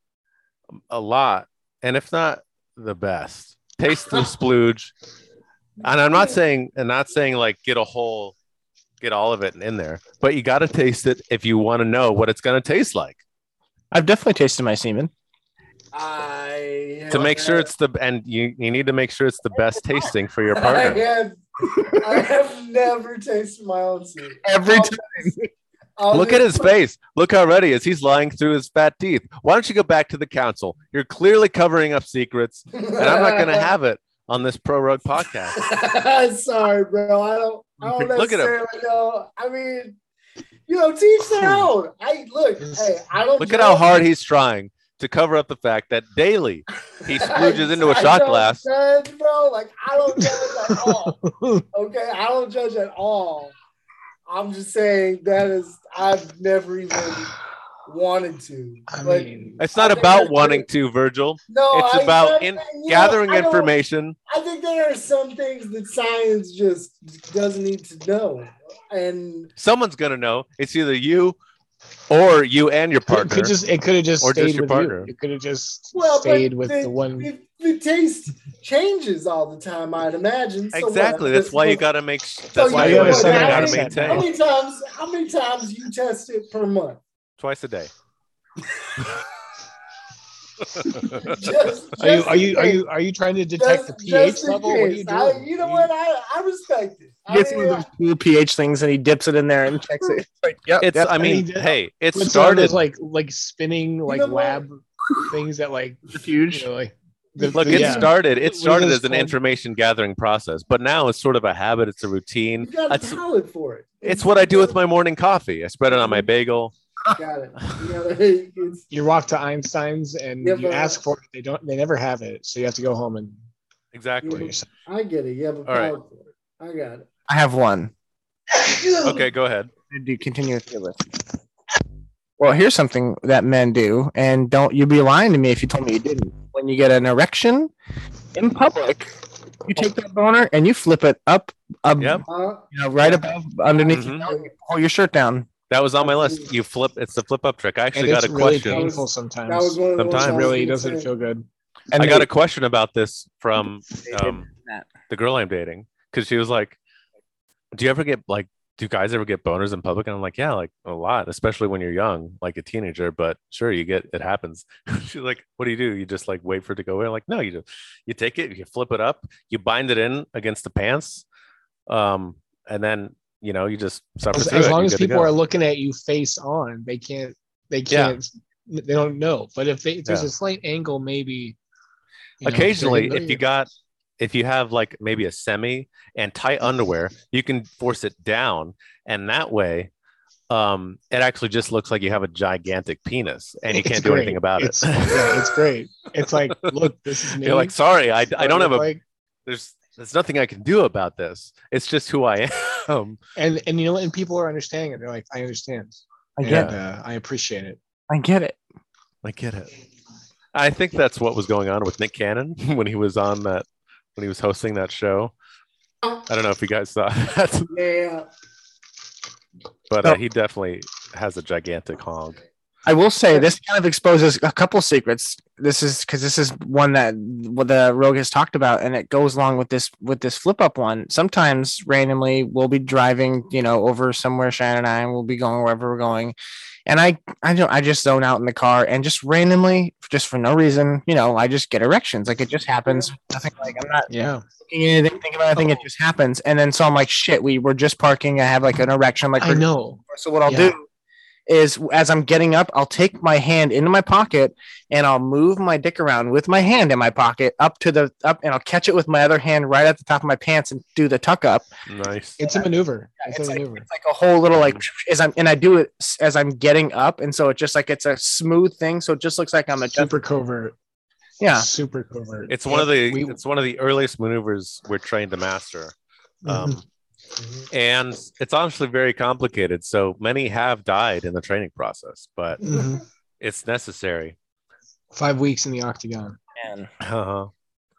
Speaker 1: a lot and if not the best taste the splooge and i'm not saying and not saying like get a whole get all of it in there but you got to taste it if you want to know what it's going to taste like
Speaker 3: I've definitely tasted my semen.
Speaker 2: I
Speaker 1: to make sure it's the and you, you need to make sure it's the best tasting for your
Speaker 2: I *laughs*
Speaker 1: partner
Speaker 2: have, I have never tasted my own semen.
Speaker 3: Every
Speaker 2: I'll
Speaker 3: time.
Speaker 2: just- I'll
Speaker 1: look at
Speaker 2: just-
Speaker 1: his face look how red he is he's lying through his fat teeth why don't you go back to the council you're clearly covering up secrets and i'm not going
Speaker 2: *laughs*
Speaker 1: to have it on this pro rogue podcast
Speaker 2: Sorry, bro. I don't. I don't
Speaker 1: Look at him.
Speaker 2: necessarily know. I mean, you know, teach their own. I look. Hey, I don't.
Speaker 1: Hmm. Look at how
Speaker 2: judge.
Speaker 1: hard he's trying to cover up the fact that daily
Speaker 2: *laughs*
Speaker 1: he splooges into a
Speaker 2: I
Speaker 1: shot
Speaker 2: don't
Speaker 1: glass.
Speaker 2: Judge, bro. Like I don't judge at
Speaker 1: *laughs*
Speaker 2: all. Okay, I don't judge at all. I'm just saying that is I've never even wanted to.
Speaker 4: I
Speaker 2: Like,
Speaker 4: mean,
Speaker 1: It's not
Speaker 2: I think
Speaker 1: about
Speaker 2: that's
Speaker 1: wanting
Speaker 2: it.
Speaker 1: to, Virgil.
Speaker 2: no,
Speaker 1: it's
Speaker 2: I-
Speaker 1: about
Speaker 2: I-
Speaker 1: in-
Speaker 2: you know,
Speaker 1: Gathering
Speaker 2: I don't-
Speaker 1: information.
Speaker 2: I think there are some things that science just doesn't need to know. and
Speaker 1: Someone's gonna know. It's either you or you and your
Speaker 4: It
Speaker 1: partner.
Speaker 4: could just it could have just
Speaker 1: Or
Speaker 4: stayed
Speaker 1: just your
Speaker 4: with
Speaker 1: partner.
Speaker 4: you. It could have just
Speaker 2: well, but
Speaker 4: stayed with
Speaker 2: the,
Speaker 4: the one.
Speaker 2: The, the taste changes all the time, I'd imagine. So what,
Speaker 1: exactly. That's
Speaker 2: this
Speaker 1: why you
Speaker 2: was-
Speaker 1: gotta make.
Speaker 2: So
Speaker 1: That's why you
Speaker 4: you gotta
Speaker 1: gotta,
Speaker 4: send it
Speaker 1: gotta
Speaker 4: out.
Speaker 1: maintain
Speaker 2: How many times? How many times you test it per month?
Speaker 1: *laughs* twice a day.
Speaker 2: Just,
Speaker 4: Are you
Speaker 2: just
Speaker 4: are you are
Speaker 2: in
Speaker 4: you are you trying to
Speaker 2: case.
Speaker 4: detect the
Speaker 2: Just-
Speaker 4: pH
Speaker 2: just in
Speaker 4: level? What are you
Speaker 2: case.
Speaker 4: doing?
Speaker 2: I, you know what? I, I respect it. I
Speaker 3: gets one
Speaker 2: mean,
Speaker 3: of those cool pH things and he dips it in there and checks it. It's like, yep,
Speaker 1: It's.
Speaker 3: yep.
Speaker 1: I mean,
Speaker 4: mean,
Speaker 1: hey, it
Speaker 4: What's one of those,
Speaker 1: started.
Speaker 4: like like spinning like
Speaker 2: know what?
Speaker 4: lab things that like
Speaker 3: huge.
Speaker 4: you know, like
Speaker 1: Look, it
Speaker 4: yeah.
Speaker 1: started.
Speaker 4: What
Speaker 1: It
Speaker 4: are
Speaker 1: started
Speaker 4: those
Speaker 1: as an
Speaker 4: called?
Speaker 1: information gathering process, but now it's sort of a habit. It's a routine.
Speaker 2: you got a
Speaker 1: That's-
Speaker 2: palate for it.
Speaker 1: It's what I do with my morning coffee. I spread it on my bagel.
Speaker 2: Got it. *laughs* You gotta- it's-
Speaker 4: you walk to Einstein's and
Speaker 2: Yeah,
Speaker 4: you
Speaker 2: but-
Speaker 4: ask for it. They don't. They never have it, so you have to go home and do it
Speaker 1: Exactly.
Speaker 4: yourself.
Speaker 2: I get it. You have a
Speaker 1: All right.
Speaker 2: palate for it. I got it.
Speaker 3: I have one.
Speaker 1: Okay, go ahead.
Speaker 3: Do continue with your list. Well, here's something that men do, and don't you be lying to me if you told me you didn't. When you get an erection in public, you take that boner and you flip it up, up,
Speaker 1: Yep.
Speaker 2: Huh?
Speaker 3: you know, right above, underneath,
Speaker 1: Mhm.
Speaker 3: pull your shirt down.
Speaker 1: That was on my list. You flip. It's the flip up trick. I
Speaker 4: And
Speaker 1: actually
Speaker 4: it's
Speaker 1: got a
Speaker 4: really
Speaker 1: question.
Speaker 4: painful
Speaker 2: That was
Speaker 4: sometimes.
Speaker 2: one of the ones
Speaker 1: Sometimes.
Speaker 2: I
Speaker 4: It
Speaker 2: was
Speaker 4: really
Speaker 2: gonna
Speaker 4: doesn't
Speaker 2: say.
Speaker 4: feel good.
Speaker 3: And
Speaker 1: I
Speaker 3: they-
Speaker 1: got a question about this from
Speaker 3: they did
Speaker 1: um,
Speaker 3: that.
Speaker 1: the girl I'm dating because she was like, "Do you ever get like, do guys ever get boners in public?" And I'm like, "Yeah, like a lot, especially when you're young, like a teenager. But sure, you get it happens." *laughs* She's like, "What do you do? You just like wait for it to go away?" I'm like, no, you just you take it, you flip it up, you bind it in against the pants, um, and then you know you just suffer
Speaker 4: As,
Speaker 1: through
Speaker 4: as
Speaker 1: it.
Speaker 4: long
Speaker 1: You're
Speaker 4: as
Speaker 1: good to
Speaker 4: people
Speaker 1: go.
Speaker 4: are looking at you face on, they can't. They
Speaker 1: Yeah.
Speaker 4: can't. They don't know. But if, they, if there's
Speaker 1: Yeah.
Speaker 4: a slight angle, maybe. you know,
Speaker 1: occasionally
Speaker 4: they're in
Speaker 1: if
Speaker 4: the-
Speaker 1: you got if you have like maybe a semi and tight underwear you can force it down and that way um it actually just looks like you have a gigantic penis and you
Speaker 4: It's
Speaker 1: can't do anything
Speaker 4: great.
Speaker 1: about
Speaker 4: It's-
Speaker 1: it
Speaker 4: yeah, it's great. It's like, look, this is
Speaker 1: *laughs*
Speaker 4: me.
Speaker 1: you're like sorry i, I don't have a
Speaker 4: Like,
Speaker 1: there's there's nothing i can do about this it's just who i am *laughs*
Speaker 4: and and you know, and people are understanding it. They're like, I understand.
Speaker 3: I
Speaker 4: and,
Speaker 3: get,
Speaker 1: Yeah.
Speaker 4: uh, I appreciate it.
Speaker 3: I get it.
Speaker 1: i get it i think that's what was going on with nick cannon *laughs* when he was on that when he was hosting that show i don't know if you guys saw *laughs* that
Speaker 2: Yeah.
Speaker 1: but uh, he definitely has a gigantic hog
Speaker 3: I will say this kind of exposes a couple secrets. This is because this is one that what the rogue has talked about, and it goes along with this with this flip up one. Sometimes randomly we'll be driving, you know, over somewhere. Shannon and I and we'll be going wherever we're going, and I I don't I just zone out in the car and just randomly, just for no reason, you know, I just get erections. Like it just happens. Nothing like I'm not
Speaker 4: Yeah.
Speaker 3: thinking anything, thinking about
Speaker 4: Oh.
Speaker 3: anything. It just happens. And then so I'm like, shit, we were just parking. I have like an erection. Like
Speaker 4: I
Speaker 3: we're-
Speaker 4: know.
Speaker 3: so what I'll
Speaker 4: Yeah.
Speaker 3: do is as I'm getting up, I'll take my hand into my pocket and I'll move my dick around with my hand in my pocket up to the up and I'll catch it with my other hand right at the top of my pants and do the tuck up.
Speaker 1: nice
Speaker 4: It's a maneuver. It's,
Speaker 3: It's
Speaker 4: a
Speaker 3: like,
Speaker 4: maneuver.
Speaker 3: it's like a whole little like as I'm and I do it s- as I'm getting up and so it just like it's a smooth thing so it just looks like I'm a
Speaker 4: super covert.
Speaker 3: yeah.
Speaker 4: Super covert.
Speaker 1: It's one of the
Speaker 4: We-
Speaker 1: it's one of the earliest maneuvers we're trained to master,
Speaker 4: Mm-hmm.
Speaker 1: um, and it's honestly very complicated. So many have died in the training process, but
Speaker 4: Mhm.
Speaker 1: it's necessary.
Speaker 4: Five weeks in the octagon.
Speaker 1: Uh-huh.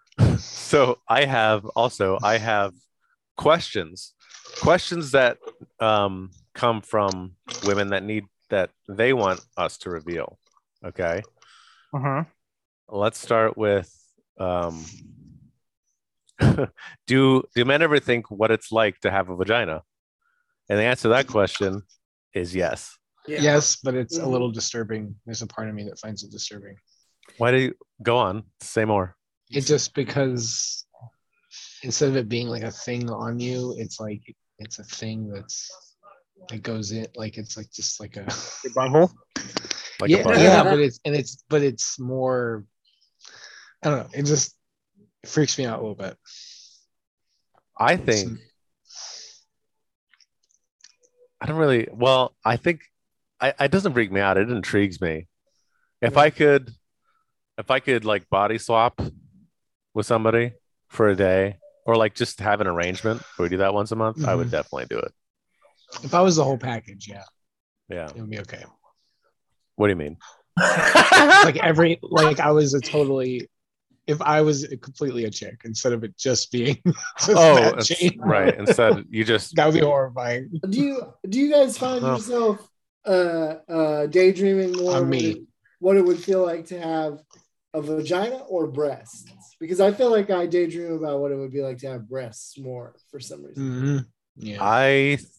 Speaker 1: *laughs* so I have also I have questions, questions that um, come from women that need that they want us to reveal. Okay,
Speaker 3: Mhm.
Speaker 1: let's start with um, *laughs* do do men ever think what it's like to have a vagina and the answer to that question is yes
Speaker 2: Yeah.
Speaker 4: Yes, but it's a
Speaker 3: Mm-hmm.
Speaker 2: Mhm.
Speaker 4: little disturbing. There's a part of me that finds it disturbing.
Speaker 1: why do you go on say more
Speaker 4: It just because instead of it being like a thing on you, it's like it's a thing that's that goes in like it's like just like a
Speaker 3: Your *laughs* bunghole?
Speaker 1: *laughs* like a
Speaker 4: yeah,
Speaker 1: button?
Speaker 4: yeah, but it's and it's but it's more I don't know, it just freaks me out a little bit.
Speaker 1: i think i don't really well i think I, it doesn't freak me out it intrigues me if i could if i could like body swap with somebody for a day or like just have an arrangement where we do that once a month i would
Speaker 4: Mhm.
Speaker 1: definitely do it
Speaker 4: If I was the whole package, yeah,
Speaker 1: yeah
Speaker 4: it would be okay.
Speaker 1: what do you mean
Speaker 4: Like every like I was a totally if I was completely a chick instead of it just being *laughs* just
Speaker 1: Oh,
Speaker 4: that
Speaker 1: it's-
Speaker 4: chain.
Speaker 1: right.
Speaker 4: *laughs*
Speaker 1: Instead, you just
Speaker 4: That would be horrifying.
Speaker 2: Do you do you guys find
Speaker 1: Oh.
Speaker 2: yourself uh uh daydreaming more
Speaker 4: I'm
Speaker 2: what
Speaker 4: me.
Speaker 2: it- what it would feel like to have a vagina or breasts? Because I feel like I daydream about what it would be like to have breasts more for some reason.
Speaker 4: Mhm. Yeah.
Speaker 1: I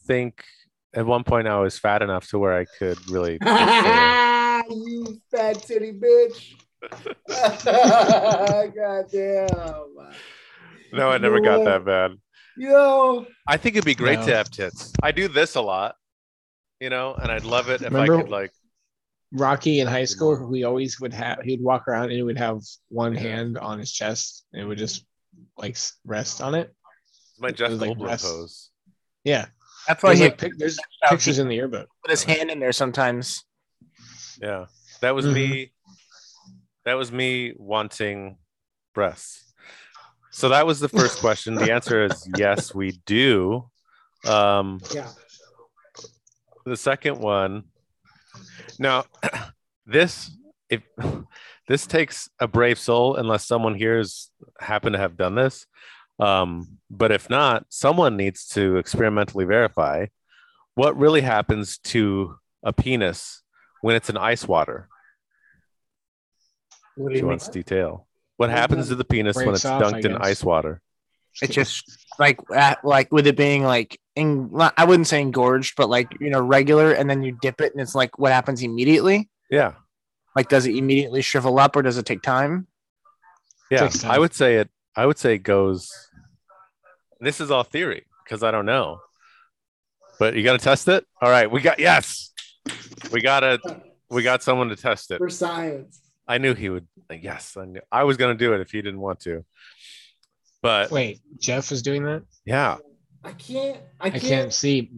Speaker 1: think at one point I was fat enough to where I could
Speaker 4: *laughs*
Speaker 1: really. Mm.
Speaker 2: *laughs* you fat titty bitch. *laughs* God damn.
Speaker 1: no, I never got
Speaker 2: Yeah.
Speaker 1: that bad.
Speaker 2: You know,
Speaker 1: I think it'd be great
Speaker 4: No.
Speaker 1: to have tits. I do this a lot, you know, and I'd love it if I
Speaker 4: Remember-
Speaker 1: could like.
Speaker 4: Rocky in high school, we always would have he'd walk around and he would have one hand on his chest and it would just like s- rest on it.
Speaker 1: My Jeff
Speaker 4: like
Speaker 1: Goldblum
Speaker 4: breasts.
Speaker 1: pose.
Speaker 4: Yeah.
Speaker 3: That's why
Speaker 4: There's,
Speaker 3: he
Speaker 4: like,
Speaker 1: *laughs*
Speaker 4: pic- there's pictures in the yearbook.
Speaker 3: put his hand in there sometimes.
Speaker 1: Yeah, that was
Speaker 4: Mm-hmm.
Speaker 1: me. That was me wanting breasts. So that was the first question. The answer is yes, we do. Um,
Speaker 2: yeah.
Speaker 1: the second one. Now, *clears throat* this if *laughs* this takes a brave soul, unless someone here is happen to have done this. Um, but if not, someone needs to experimentally verify what really happens to a penis when it's in ice water.
Speaker 3: What
Speaker 1: She wants detail. What happens to the penis when
Speaker 4: Breaks
Speaker 1: it's
Speaker 4: off, I
Speaker 1: dunked in
Speaker 4: guess.
Speaker 1: ice water?
Speaker 3: It's just like at, like with it being like in, not- I wouldn't say engorged, but like you know regular, and then you dip it, and it's like what happens immediately?
Speaker 1: Yeah,
Speaker 3: Like does it immediately shrivel up, or does it take time?
Speaker 1: yeah.
Speaker 4: Takes time.
Speaker 1: I would say it. I would say it goes. This is all theory because I don't know. But you got to test it. All right, we got yes. We got to We got someone to test it.
Speaker 2: for science.
Speaker 1: I knew he would. Yes, I knew. I was going to do it if he didn't want to. But
Speaker 4: Wait, Jeff was doing that?
Speaker 1: yeah,
Speaker 2: I can't I
Speaker 4: I
Speaker 2: can't I
Speaker 4: can't
Speaker 2: can't,
Speaker 4: see.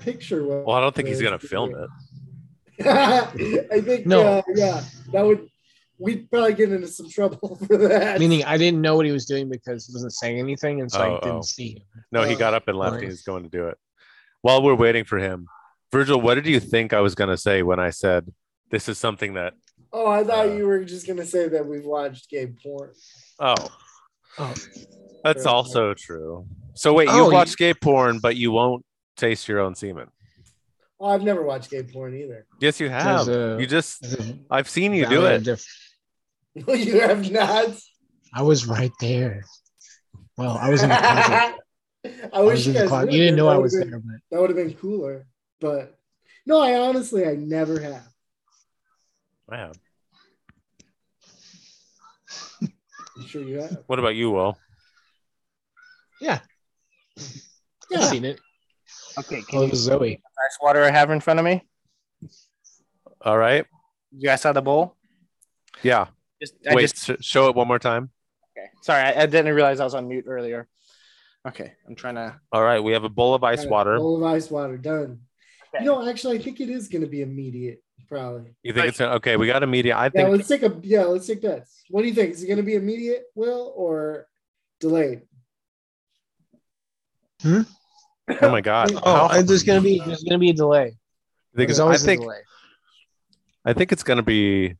Speaker 2: picture what
Speaker 1: well, I don't think he's going to film it.
Speaker 2: *laughs* I think
Speaker 4: No.
Speaker 2: uh, yeah, that would we'd probably get into some trouble *laughs* for that.
Speaker 4: Meaning I didn't know what he was doing because he wasn't saying anything and so
Speaker 1: Oh,
Speaker 4: I didn't
Speaker 1: oh.
Speaker 4: see him.
Speaker 1: No, he
Speaker 2: Uh,
Speaker 1: got up and left.
Speaker 4: alright.
Speaker 1: He's going to do it. While we're waiting for him, Virgil, what did you think I was going to say when I said this is something that?
Speaker 2: oh, I thought
Speaker 1: Uh,
Speaker 2: you were just gonna say that we've watched gay porn.
Speaker 1: Oh,
Speaker 4: Oh,
Speaker 1: that's
Speaker 2: Yeah.
Speaker 1: also true. So wait, you
Speaker 4: Oh,
Speaker 1: watch
Speaker 4: you-
Speaker 1: gay porn, but you won't taste your own semen.
Speaker 2: Oh, I've never watched gay porn either. *laughs*
Speaker 1: Yes, you have.
Speaker 4: a-
Speaker 1: you just,
Speaker 4: there's a
Speaker 1: I've seen you do
Speaker 4: valid
Speaker 1: it.
Speaker 4: diff-
Speaker 2: No, you have not.
Speaker 4: I was right there. Well, I
Speaker 3: *laughs*
Speaker 4: was in the closet.
Speaker 6: *laughs*
Speaker 2: I
Speaker 4: I
Speaker 2: wish
Speaker 4: was
Speaker 2: you
Speaker 4: in the
Speaker 2: guys
Speaker 4: closet.
Speaker 2: would've
Speaker 4: You
Speaker 2: been-
Speaker 4: didn't know
Speaker 2: that
Speaker 4: I
Speaker 2: would've
Speaker 4: was
Speaker 2: been-
Speaker 4: there, but
Speaker 2: That would have been cooler, but no, I honestly I never have.
Speaker 1: Wow.
Speaker 2: I'm sure you have.
Speaker 1: What about you, Will?
Speaker 4: I've
Speaker 2: Yeah.
Speaker 4: seen it.
Speaker 3: Okay,
Speaker 4: Oh,
Speaker 3: can
Speaker 4: it was Zoe.
Speaker 3: ice water I have in front of me?
Speaker 1: All right.
Speaker 3: You guys saw the bowl?
Speaker 1: Yeah.
Speaker 3: Just, I
Speaker 1: Wait,
Speaker 3: just
Speaker 1: sh- show it one more time.
Speaker 3: okay. Sorry, I, I didn't realize I was on mute earlier. Okay, I'm trying to.
Speaker 1: All right, we have a bowl of ice
Speaker 4: Uh,
Speaker 2: Alright,
Speaker 1: water.
Speaker 2: Bowl of ice water done.
Speaker 3: Okay.
Speaker 2: You know, actually, I think it is going to be immediate, probably.
Speaker 1: You think it's gonna, okay? We got a media. I
Speaker 2: Yeah,
Speaker 1: think
Speaker 2: let's take a yeah, let's take bets. What do you think? Is it going to be immediate, Will, or delayed?
Speaker 1: Oh my god!
Speaker 4: *laughs* Oh,
Speaker 1: How- I,
Speaker 4: there's gonna be there's gonna be a delay.
Speaker 1: think
Speaker 4: There's
Speaker 1: it's, I
Speaker 4: always a
Speaker 1: think
Speaker 4: delay.
Speaker 1: I think it's gonna be.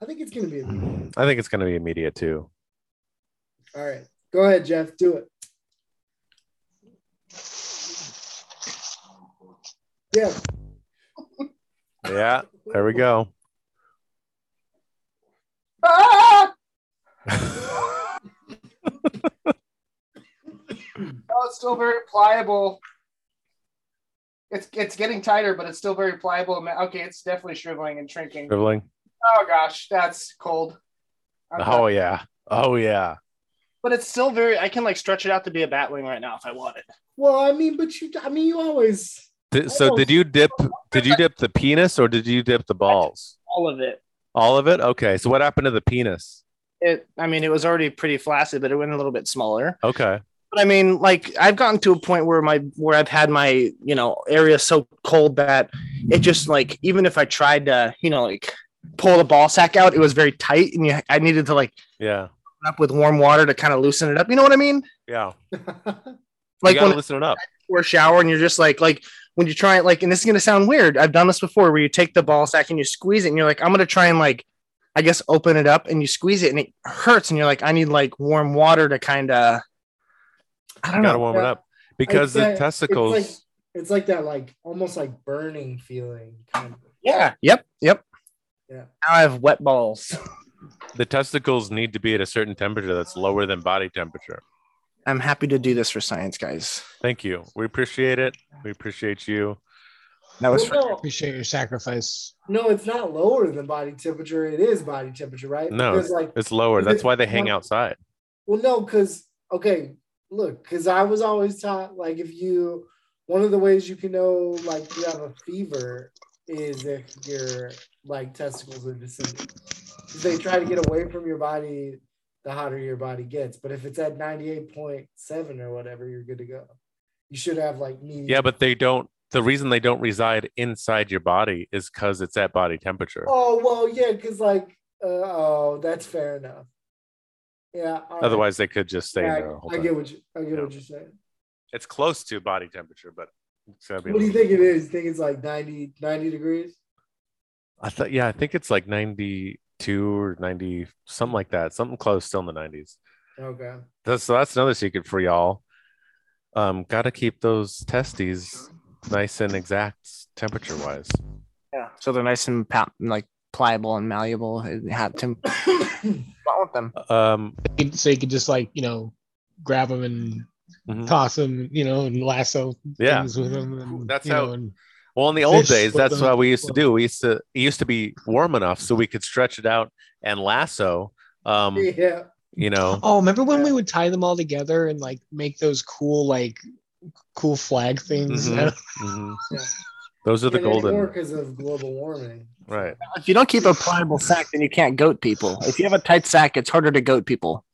Speaker 2: I think it's going to be immediate.
Speaker 1: I think it's gonna be immediate too.
Speaker 2: All right, go ahead, Jeff. Do it. Yeah.
Speaker 1: Yeah, there we go. *laughs*
Speaker 2: Ah!
Speaker 6: Oh, it's still very pliable. It's it's getting tighter, but it's still very pliable. Ma- Okay, it's definitely shriveling and shrinking.
Speaker 1: Dribbling.
Speaker 6: Oh gosh, that's cold. I'm
Speaker 1: Oh
Speaker 6: done.
Speaker 1: yeah. Oh yeah.
Speaker 6: But it's still very. I can like stretch it out to be a batwing right now if I wanted.
Speaker 2: Well, I mean, but you, I mean, you always. *laughs*
Speaker 1: Did, so did you dip? Did you dip the penis or did you dip the balls?
Speaker 6: All of it.
Speaker 1: All of it. Okay. So what happened to the penis?
Speaker 3: It. I mean, it was already pretty flaccid, but it went a little bit smaller.
Speaker 1: Okay.
Speaker 3: But I mean, like I've gotten to a point where my where I've had my you know area so cold that it just like even if I tried to you know like pull the ball sack out, it was very tight, and you, I needed to like
Speaker 1: Yeah.
Speaker 3: up with warm water to kind of loosen it up. You know what I mean?
Speaker 1: Yeah. Like
Speaker 3: Like
Speaker 1: you
Speaker 3: when
Speaker 1: gotta listen it up.
Speaker 3: or shower and you're just like like when you try it like and this is gonna sound weird i've done this before where you take the ball sack and you squeeze it and you're like i'm gonna try and like I guess open it up and you squeeze it and it hurts and you're like, I need like warm water to kind of. I don't
Speaker 1: You gotta
Speaker 3: know.
Speaker 1: warm it
Speaker 2: Yeah.
Speaker 1: up because
Speaker 2: It's like-
Speaker 1: the
Speaker 2: it's
Speaker 1: testicles.
Speaker 2: It's like, it's like that, like almost like burning feeling. Kind of.
Speaker 3: Yeah. Yep. Yep.
Speaker 2: Yeah.
Speaker 3: Now I have wet balls.
Speaker 1: the testicles need to be at a certain temperature that's lower than body temperature.
Speaker 3: I'm happy to do this for science, guys.
Speaker 1: Thank you. We appreciate it. We appreciate you.
Speaker 3: That was.
Speaker 2: Well, no,
Speaker 4: Appreciate your sacrifice.
Speaker 2: no, it's not lower than body temperature. It is body temperature, right?
Speaker 1: No,
Speaker 2: Because like,
Speaker 1: It's lower. That's why they hang outside.
Speaker 2: well, no, because okay, look, because I was always taught like if you, one of the ways you can know like you have a fever is if your like testicles are descending. 'Cause They try to get away from your body the hotter your body gets. But if it's at ninety eight point seven or whatever, you're good to go. You should have like medium.
Speaker 1: Yeah, but they don't. The reason they don't reside inside your body is because it's at body temperature.
Speaker 2: Oh well, yeah, because like, uh, oh, that's fair enough. Yeah. all right.
Speaker 1: Otherwise, they could just stay
Speaker 2: Yeah,
Speaker 1: in there. the whole
Speaker 2: I, I
Speaker 1: time.
Speaker 2: get what you. I get
Speaker 1: Yeah.
Speaker 2: what you're saying.
Speaker 1: It's close to body temperature, but it's gotta be. a
Speaker 2: What do you
Speaker 1: little-
Speaker 2: think it is? You think it's like 90, 90 degrees?
Speaker 1: I thought. Yeah, I think it's like ninety-two or ninety, something like that. Something close, still in the nineties.
Speaker 2: Okay.
Speaker 1: That's, so that's another secret for y'all. Um, gotta keep those testes nice and exact temperature wise.
Speaker 3: Yeah. So they're nice and pa- like pliable and malleable. and Have to. I want them.
Speaker 1: Um,
Speaker 4: So you could just like you know grab them and
Speaker 1: Mhm.
Speaker 4: toss them, you know, and lasso
Speaker 1: Yeah.
Speaker 4: things with them. And,
Speaker 1: That's
Speaker 4: you
Speaker 1: how-
Speaker 4: know, and
Speaker 1: well, in the old
Speaker 4: Fish
Speaker 1: days,
Speaker 4: with
Speaker 1: that's
Speaker 4: them.
Speaker 1: what we used to do. We used to it used to be warm enough so we could stretch it out and lasso. Um,
Speaker 2: yeah.
Speaker 1: you
Speaker 2: *laughs*
Speaker 1: know,
Speaker 4: Oh, remember when we would tie them all together and like make those cool like cool flag things?
Speaker 1: Mhm. mhm.
Speaker 2: Yeah.
Speaker 1: those are the golden,
Speaker 2: Because of global warming.
Speaker 1: right?
Speaker 3: If you don't keep a pliable sack, then you can't goat people. If you have a tight sack, it's harder to goat people.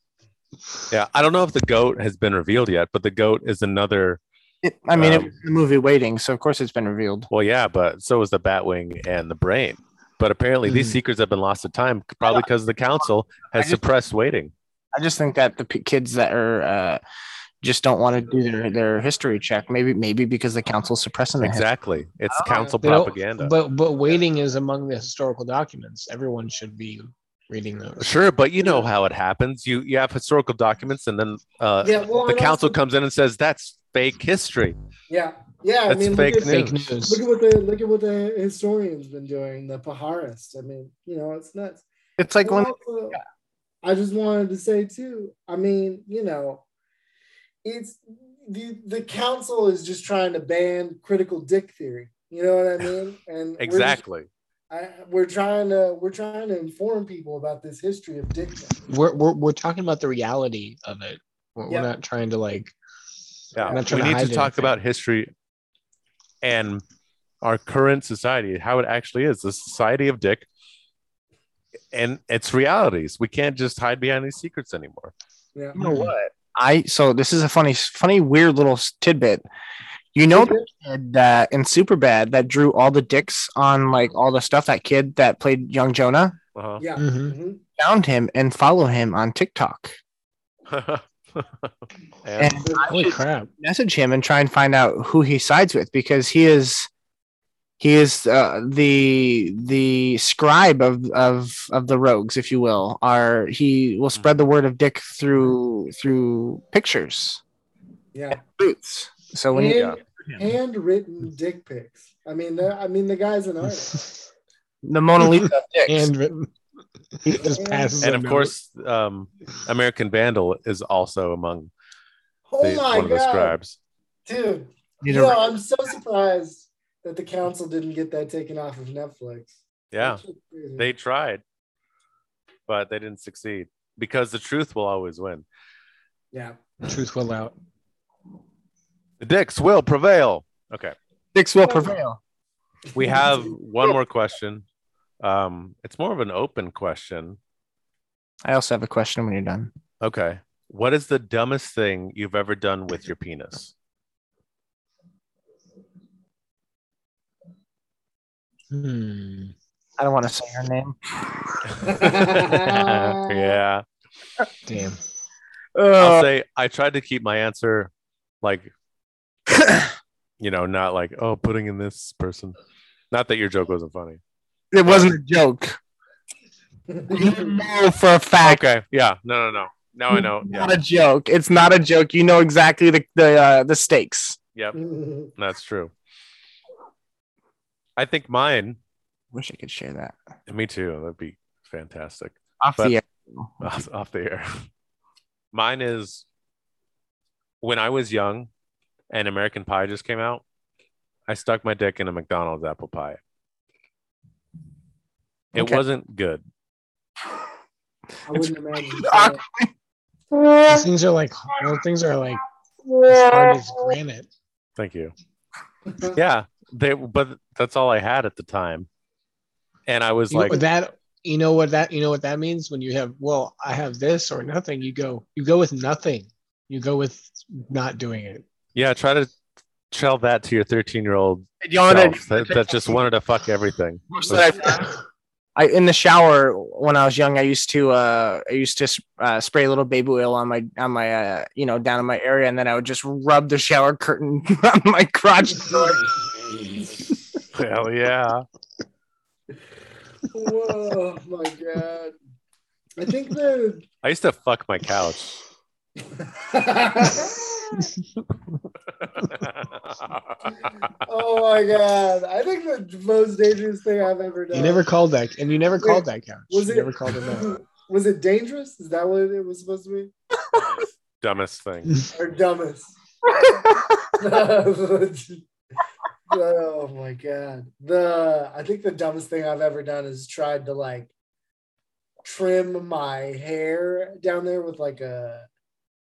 Speaker 1: Yeah, I don't know if the goat has been revealed yet, but the goat is another.
Speaker 3: It, I mean, it
Speaker 1: Um,
Speaker 3: was the movie Waiting, so of course it's been revealed.
Speaker 1: Well, yeah, but so is the batwing and the brain. But apparently, these
Speaker 4: Mhm.
Speaker 1: secrets have been lost to time, probably because the council has
Speaker 3: I just-
Speaker 1: suppressed waiting.
Speaker 3: I just think that the p- kids that are uh, just don't want to do their, their history check, maybe maybe because the council's suppressing their history.
Speaker 1: Exactly, it's
Speaker 2: Oh.
Speaker 1: council
Speaker 4: They don't-
Speaker 1: propaganda.
Speaker 4: But but waiting is among the historical documents. Everyone should be reading those.
Speaker 1: Sure, but you know how it happens. You you have historical documents, and then uh,
Speaker 2: yeah. Well,
Speaker 1: the
Speaker 2: and
Speaker 1: council
Speaker 2: also-
Speaker 1: comes in and says that's fake history.
Speaker 2: Yeah. Yeah. I
Speaker 1: That's
Speaker 2: mean,
Speaker 1: fake
Speaker 2: look at,
Speaker 1: news.
Speaker 4: Fake news.
Speaker 2: look at what the look at what the historians been doing. The Paharists. I mean, you know, it's nuts.
Speaker 3: It's like when
Speaker 2: Well, also, I just wanted to say too. I mean, you know, it's the the council is just trying to ban critical dick theory. You know what I mean? And we're just-
Speaker 1: Exactly.
Speaker 2: I, we're trying to we're trying to inform people about this history of dick. Pics.
Speaker 4: We're, we're we're talking about the reality of it. We're,
Speaker 2: Yeah.
Speaker 4: we're not trying to like. I'm
Speaker 1: Yeah,
Speaker 4: not trying
Speaker 1: we
Speaker 4: to
Speaker 1: need to
Speaker 4: hide
Speaker 1: talk
Speaker 4: anything.
Speaker 1: about history and our current society, how it actually is, the society of dick, and its realities. We can't just hide behind these secrets anymore.
Speaker 2: Yeah.
Speaker 3: you know what I so this is a funny funny weird little s- tidbit. You know that kid that in Superbad that drew all the dicks on like all the stuff. That kid that played young Jonah
Speaker 1: *laughs* Uh-huh.
Speaker 2: Yeah.
Speaker 4: Mhm.
Speaker 2: Mhm.
Speaker 3: found him and follow him on TikTok
Speaker 1: Yeah.
Speaker 3: and
Speaker 2: Mm-hmm.
Speaker 4: Holy crap!
Speaker 3: message him and try and find out who he sides with because he is he is uh, the the scribe of of of the rogues, if you will. Are he will spread the word of dick through through pictures
Speaker 1: *laughs*
Speaker 2: Yeah.
Speaker 3: boots. So when you
Speaker 2: Hand, handwritten dick pics. I mean, the- I mean, the guy's an
Speaker 4: *laughs*
Speaker 2: artist.
Speaker 3: the Mona Lisa of dicks.
Speaker 4: And written. He just passes
Speaker 1: and
Speaker 4: a
Speaker 1: of
Speaker 4: note.
Speaker 1: course, um, American Vandal is also among
Speaker 2: Oh
Speaker 1: the,
Speaker 2: my
Speaker 1: one of the
Speaker 2: god,
Speaker 1: scribes.
Speaker 2: dude!
Speaker 3: You
Speaker 2: Yo,
Speaker 3: know,
Speaker 2: I'm so surprised that the council didn't get that taken off of Netflix.
Speaker 1: Yeah,
Speaker 2: That shit's crazy.
Speaker 1: they tried, but they didn't succeed because the truth will always win.
Speaker 2: yeah.
Speaker 4: truth will out.
Speaker 1: The dicks will prevail. Okay.
Speaker 3: dicks will prevail.
Speaker 1: we
Speaker 2: *laughs*
Speaker 1: have one more question. Um, it's more of an open question.
Speaker 3: I also have a question when you're done.
Speaker 1: Okay. What is the dumbest thing you've ever done with your penis?
Speaker 4: Hmm.
Speaker 3: I don't want to say her name.
Speaker 1: yeah.
Speaker 4: Damn.
Speaker 3: Uh,
Speaker 1: I'll say I tried to keep my answer like, you know, not like, oh, putting in this person. Not that your joke wasn't funny.
Speaker 3: it wasn't a joke. You
Speaker 2: Mm-hmm.
Speaker 3: know for a fact.
Speaker 1: Okay. Yeah. No, no, no. Now I know.
Speaker 3: It's
Speaker 1: Yeah.
Speaker 3: *laughs* Not a joke. It's not a joke. You know exactly the the uh, the stakes.
Speaker 1: Yep. That's true. I think mine.
Speaker 3: Wish I could share that
Speaker 1: Me too. That'd be fantastic.
Speaker 3: off
Speaker 1: But-
Speaker 3: the air.
Speaker 1: off, off the air. *laughs* Mine is when I was young and American Pie just came out, I stuck my dick in a McDonald's apple pie. It
Speaker 3: Okay.
Speaker 1: wasn't good.
Speaker 2: I wouldn't imagine.
Speaker 4: These things are like those things are like as hard as granite.
Speaker 1: Thank
Speaker 4: *laughs*
Speaker 1: you. Yeah, they but that's all I had at the time. And I was
Speaker 4: You know
Speaker 1: like,
Speaker 4: what that you know what that you know what that means when you have well I have this or nothing. You go you go with nothing. You go with not doing it. *laughs*
Speaker 1: yeah, try to tell that to your 13-year-old
Speaker 3: Did y'all know
Speaker 1: self that, that just wanted to fuck everything.
Speaker 3: that I, I in the shower when I was young, I used to uh, I used to uh, spray a little baby oil on my on my uh, you know down in my area, and then I would just rub the shower curtain *laughs* on my crotch.
Speaker 1: Hell yeah.
Speaker 2: *laughs* Whoa, my god! I think the
Speaker 1: I used to fuck my couch. *laughs*
Speaker 2: oh my god! I think the most dangerous thing I've ever done.
Speaker 4: You never called that, and you never
Speaker 2: Wait,
Speaker 4: called that couch.
Speaker 2: was
Speaker 4: you
Speaker 2: it-
Speaker 4: never called it that.
Speaker 2: *laughs* was it dangerous? Is that what it was supposed to be?
Speaker 1: Dumbest thing.
Speaker 2: Or dumbest? *laughs* oh my god! The I think the dumbest thing I've ever done is tried to like trim my hair down there with like a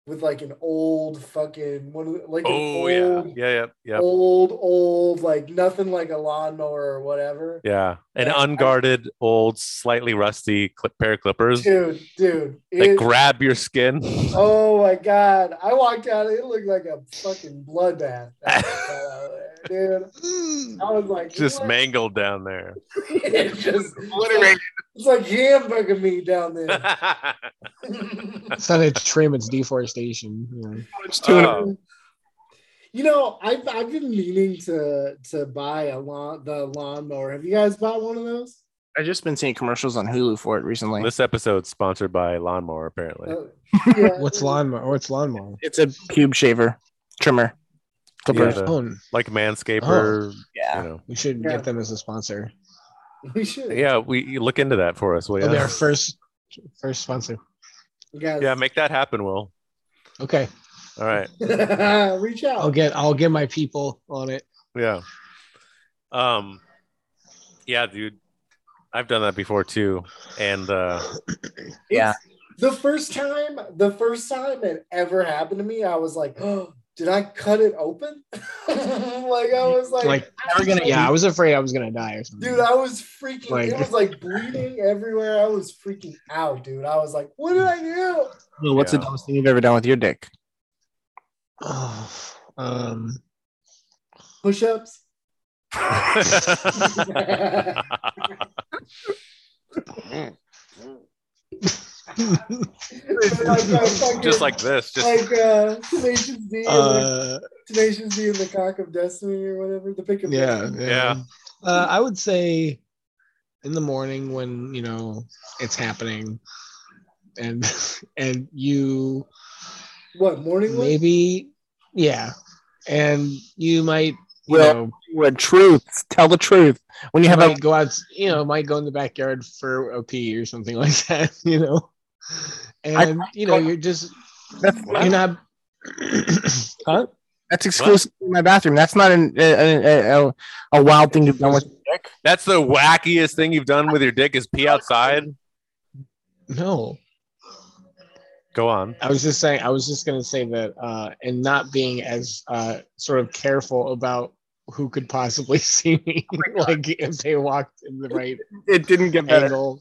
Speaker 2: with like an old fucking one of the- like an
Speaker 1: Oh
Speaker 2: old,
Speaker 1: yeah, yeah, yeah, yeah,
Speaker 2: old old like nothing like a lawnmower or whatever.
Speaker 1: yeah. An
Speaker 2: Yeah, I-
Speaker 1: unguarded, old, slightly rusty clip pair of clippers
Speaker 2: Dude, dude.
Speaker 1: that
Speaker 2: it-
Speaker 1: grab your *laughs* skin.
Speaker 2: Oh my god! I walked out. It looked like a fucking bloodbath,
Speaker 1: *laughs*
Speaker 2: dude. I was like,
Speaker 1: Just
Speaker 2: what?
Speaker 1: mangled down there.
Speaker 2: *laughs* It
Speaker 1: *laughs*
Speaker 2: just It's like hamburger meat down there. *laughs*
Speaker 4: It's not a trim; it's deforestation. you
Speaker 1: Oh,
Speaker 2: Um, You know, I've I've been meaning to to buy a lawn the lawnmower. Have you guys bought one of those?
Speaker 3: I've just been seeing commercials on Hulu for it recently.
Speaker 1: this episode's sponsored by Lawnmower, apparently.
Speaker 2: Uh,
Speaker 4: know.
Speaker 2: yeah.
Speaker 4: *laughs* What's lawnmower? What's lawnmower?
Speaker 3: It's a pube shaver, trimmer, clipper.
Speaker 1: Yeah.
Speaker 4: Your phone.
Speaker 1: Like Manscaper,
Speaker 3: Yeah.
Speaker 1: you know.
Speaker 4: We should
Speaker 2: Yeah.
Speaker 4: get them as a sponsor.
Speaker 2: We should.
Speaker 1: Yeah, we you look into that for us, will
Speaker 2: Oh,
Speaker 4: They'll be
Speaker 1: ya?
Speaker 4: our first first sponsor.
Speaker 2: You
Speaker 1: *laughs*
Speaker 2: guys,
Speaker 1: Yeah, make that happen, Will.
Speaker 4: Okay,
Speaker 1: All right.
Speaker 2: *laughs* reach out.
Speaker 4: I'll get I'll get my people on it.
Speaker 1: Yeah. Um yeah, dude. I've done that before too. And
Speaker 2: *laughs*
Speaker 1: uh *laughs*
Speaker 3: Yeah.
Speaker 2: The first time, the first time it ever happened to me, I was like, *gasps* oh, did I cut it open? *laughs* like I was like,
Speaker 4: Like,
Speaker 2: I was like,
Speaker 4: yeah, I was afraid I was gonna die or something.
Speaker 2: Dude, I was freaking.
Speaker 4: Like-
Speaker 2: it was like bleeding everywhere. I was freaking out, dude. I was like, "What did I do?"
Speaker 3: Well, What's
Speaker 1: Yeah.
Speaker 3: the dumbest thing you've ever done with your dick?
Speaker 4: Oh, *sighs* um, *laughs*
Speaker 2: Push-ups. *laughs*
Speaker 4: Mm.
Speaker 1: just like this, just
Speaker 2: like uh, Tenacious D, uh,
Speaker 4: uh,
Speaker 2: Tenacious D and the Cock of Destiny, or whatever. The pick of
Speaker 4: yeah,
Speaker 1: Yeah.
Speaker 4: Uh, I would say in the morning when you know it's happening, and *laughs* and you
Speaker 2: what morning wood?
Speaker 4: maybe yeah, and you might you
Speaker 3: Well,
Speaker 4: know
Speaker 3: What truth? Tell the truth. When you
Speaker 4: you
Speaker 3: have a
Speaker 4: might go out you know might go in the backyard for a pee or something *laughs* like that you know, and you know you're just
Speaker 3: that's,
Speaker 4: you're not. *clears throat* huh?
Speaker 3: that's exclusive in my bathroom. That's not an, a, a, a, a wild thing to have done with.
Speaker 1: that's the wackiest thing you've done with your dick is pee outside.
Speaker 4: No.
Speaker 1: Go on.
Speaker 4: I was just saying, I was just going to say that, uh, and not being as uh, sort of careful about who could possibly *laughs* see me,
Speaker 2: Oh
Speaker 4: like if they walked in
Speaker 2: *laughs*
Speaker 4: the right
Speaker 3: It didn't get
Speaker 4: angle.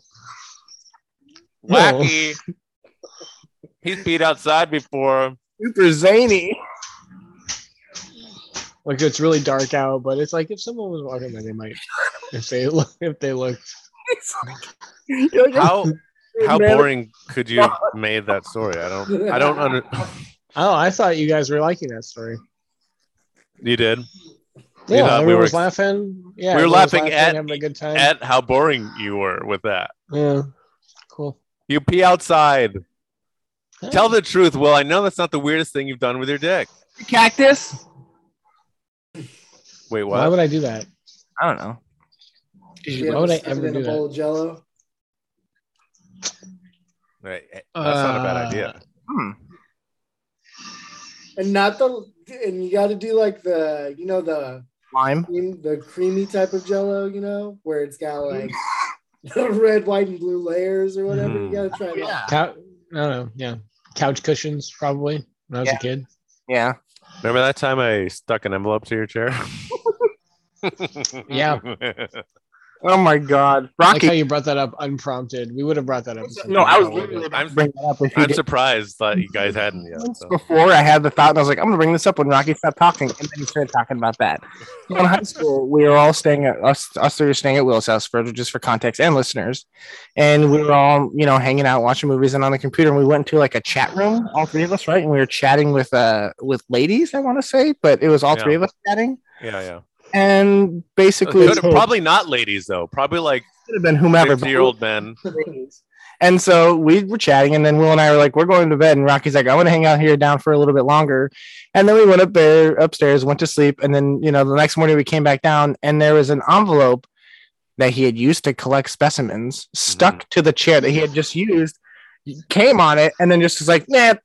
Speaker 4: No.
Speaker 1: Wacky. He's peed outside before.
Speaker 3: Super zany.
Speaker 4: Like it's really dark out, but it's like if someone was walking by, they might, if they *laughs* look, if they look,
Speaker 2: *laughs*
Speaker 1: How how boring could you have made that story? I don't I don't under *laughs*
Speaker 4: oh, I thought you guys were liking that story.
Speaker 1: you did We
Speaker 4: Yeah,
Speaker 1: thought we
Speaker 4: everyone
Speaker 1: were
Speaker 4: was
Speaker 1: ex-
Speaker 4: laughing.
Speaker 1: we
Speaker 4: Yeah,
Speaker 1: were
Speaker 4: everyone was
Speaker 1: laughing at-
Speaker 4: having a good time.
Speaker 1: at how boring you were with that.
Speaker 4: yeah,
Speaker 1: You pee outside. Tell the truth, Will. I know that's not the weirdest thing you've done with your dick.
Speaker 6: Cactus.
Speaker 1: Wait,
Speaker 4: Why
Speaker 1: what?
Speaker 4: would I do that?
Speaker 3: I don't know.
Speaker 2: Yeah,
Speaker 4: Why would I
Speaker 2: stick it
Speaker 4: ever
Speaker 2: in a
Speaker 4: do that?
Speaker 2: bowl of jello?
Speaker 1: Right, eh, That's not a
Speaker 4: Uh,
Speaker 1: bad idea.
Speaker 3: Hmm.
Speaker 2: And not the and you gotta do like the you know the
Speaker 3: Lime.
Speaker 2: cream- the creamy type of jello, you know, where it's got like *laughs* the red, white, and blue layers or whatever. You
Speaker 1: Mhm.
Speaker 2: gotta try
Speaker 3: Mm.
Speaker 2: that.
Speaker 4: Cou- I don't know. Yeah, couch cushions probably when I was
Speaker 3: Yeah.
Speaker 4: a kid.
Speaker 3: Yeah.
Speaker 1: Remember that time I stuck an envelope to your chair? *laughs*
Speaker 4: Yeah.
Speaker 3: Oh my God,
Speaker 4: I like
Speaker 3: Rocky.
Speaker 4: how you brought that up unprompted. We would have brought that up.
Speaker 3: no, I was
Speaker 1: I'm-
Speaker 3: literally about
Speaker 1: I'm-
Speaker 3: to bring that up. If you
Speaker 1: I'm
Speaker 3: did.
Speaker 1: surprised that you
Speaker 4: *laughs*
Speaker 1: guys hadn't yet.
Speaker 3: Once
Speaker 1: so.
Speaker 3: Before I had the thought, and I was like, I'm gonna bring this up when Rocky stopped talking, and then he started talking about that. So in high school, we were all staying at us, us three were staying at Will's house for just for context and listeners, and we were all you know hanging out, watching movies, and on the computer, and we went into like a chat room, all three of us, right, and we were chatting with uh with ladies, I want to say, but it was all three
Speaker 1: Yeah.
Speaker 3: of us chatting,
Speaker 1: Yeah, yeah.
Speaker 3: and basically
Speaker 1: Could- Uh, probably not ladies though. Probably like
Speaker 3: could have been whomever, but
Speaker 1: fifty-year-old men.
Speaker 2: *laughs*
Speaker 3: And so we were chatting, and then Will and I were like, "We're going to bed." And Rocky's like, "I want to hang out here down for a little bit longer." And then we went up there upstairs, went to sleep, and then you know the next morning we came back down, and there was an envelope that he had used to collect specimens stuck to the chair that he had just used. Came on it, and then just was like, "Nah,"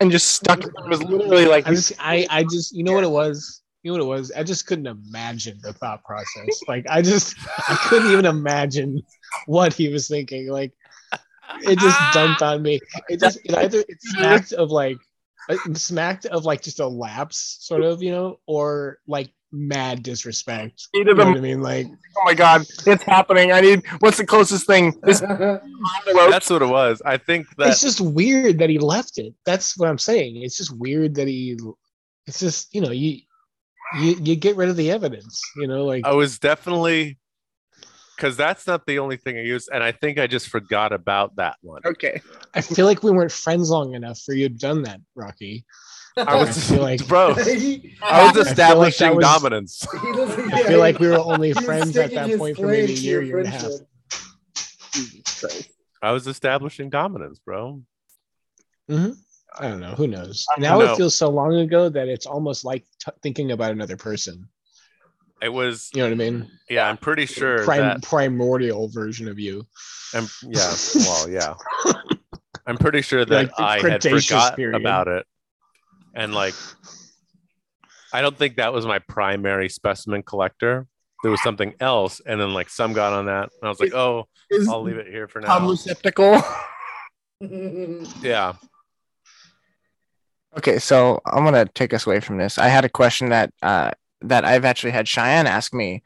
Speaker 3: and just stuck. It was literally like,
Speaker 4: I just, I, I just, you know what it was? You know what it was? I just couldn't imagine the thought process. Like, I just, I couldn't even imagine what he was thinking. Like, it just dumped on me. It just, it either it smacked of like, it smacked of like just a lapse, sort of, you know, or like mad disrespect.
Speaker 3: "Either
Speaker 4: You know
Speaker 3: the-
Speaker 4: what I mean? Like,
Speaker 3: "Oh my god, it's happening! I need what's the closest thing?" This envelope.
Speaker 1: That's what it was. I think that
Speaker 4: it's just weird that he left it. That's what I'm saying. It's just weird that he. It's just you know you, you you get rid of the evidence. You know like
Speaker 1: I was definitely because that's not the only thing I used, and I think I just forgot about that one.
Speaker 3: okay.
Speaker 4: I feel like we weren't friends long enough for you to have done that, Rocky.
Speaker 1: I was
Speaker 4: I feel like-
Speaker 1: *laughs*
Speaker 4: *laughs*
Speaker 1: bro.
Speaker 2: *laughs* he,
Speaker 1: I was
Speaker 4: like
Speaker 1: establishing
Speaker 4: that was-
Speaker 1: dominance.
Speaker 2: he doesn't,
Speaker 4: I feel like we were
Speaker 2: he
Speaker 4: only
Speaker 2: was
Speaker 4: friends at
Speaker 2: sticking
Speaker 4: that
Speaker 2: his
Speaker 4: point for maybe a
Speaker 2: claim to
Speaker 4: year,
Speaker 2: your
Speaker 4: year and a half.
Speaker 2: friendship.
Speaker 1: I was establishing dominance, bro.
Speaker 4: I don't know. Who knows? Now
Speaker 1: know.
Speaker 4: it feels so long ago that it's almost like t- thinking about another person.
Speaker 1: It was
Speaker 4: You know what I mean?
Speaker 1: yeah. I'm pretty sure
Speaker 4: Prim-
Speaker 1: that
Speaker 4: primordial version of you.
Speaker 1: I'm yeah. Well,
Speaker 4: *laughs*
Speaker 1: yeah. I'm pretty sure that
Speaker 4: Like the
Speaker 1: I had
Speaker 4: Cretaceous
Speaker 1: forgot
Speaker 4: period.
Speaker 1: about it, and like, I don't think that was my primary specimen collector. There was something else, and then like some got on that, and I was like, oh,
Speaker 3: Is
Speaker 1: I'll leave it here for
Speaker 3: Tom
Speaker 1: now.
Speaker 3: Um, receptacle.
Speaker 1: Yeah,
Speaker 3: Okay, so I'm gonna take us away from this. I had a question that uh, that I've actually had Cheyenne ask me.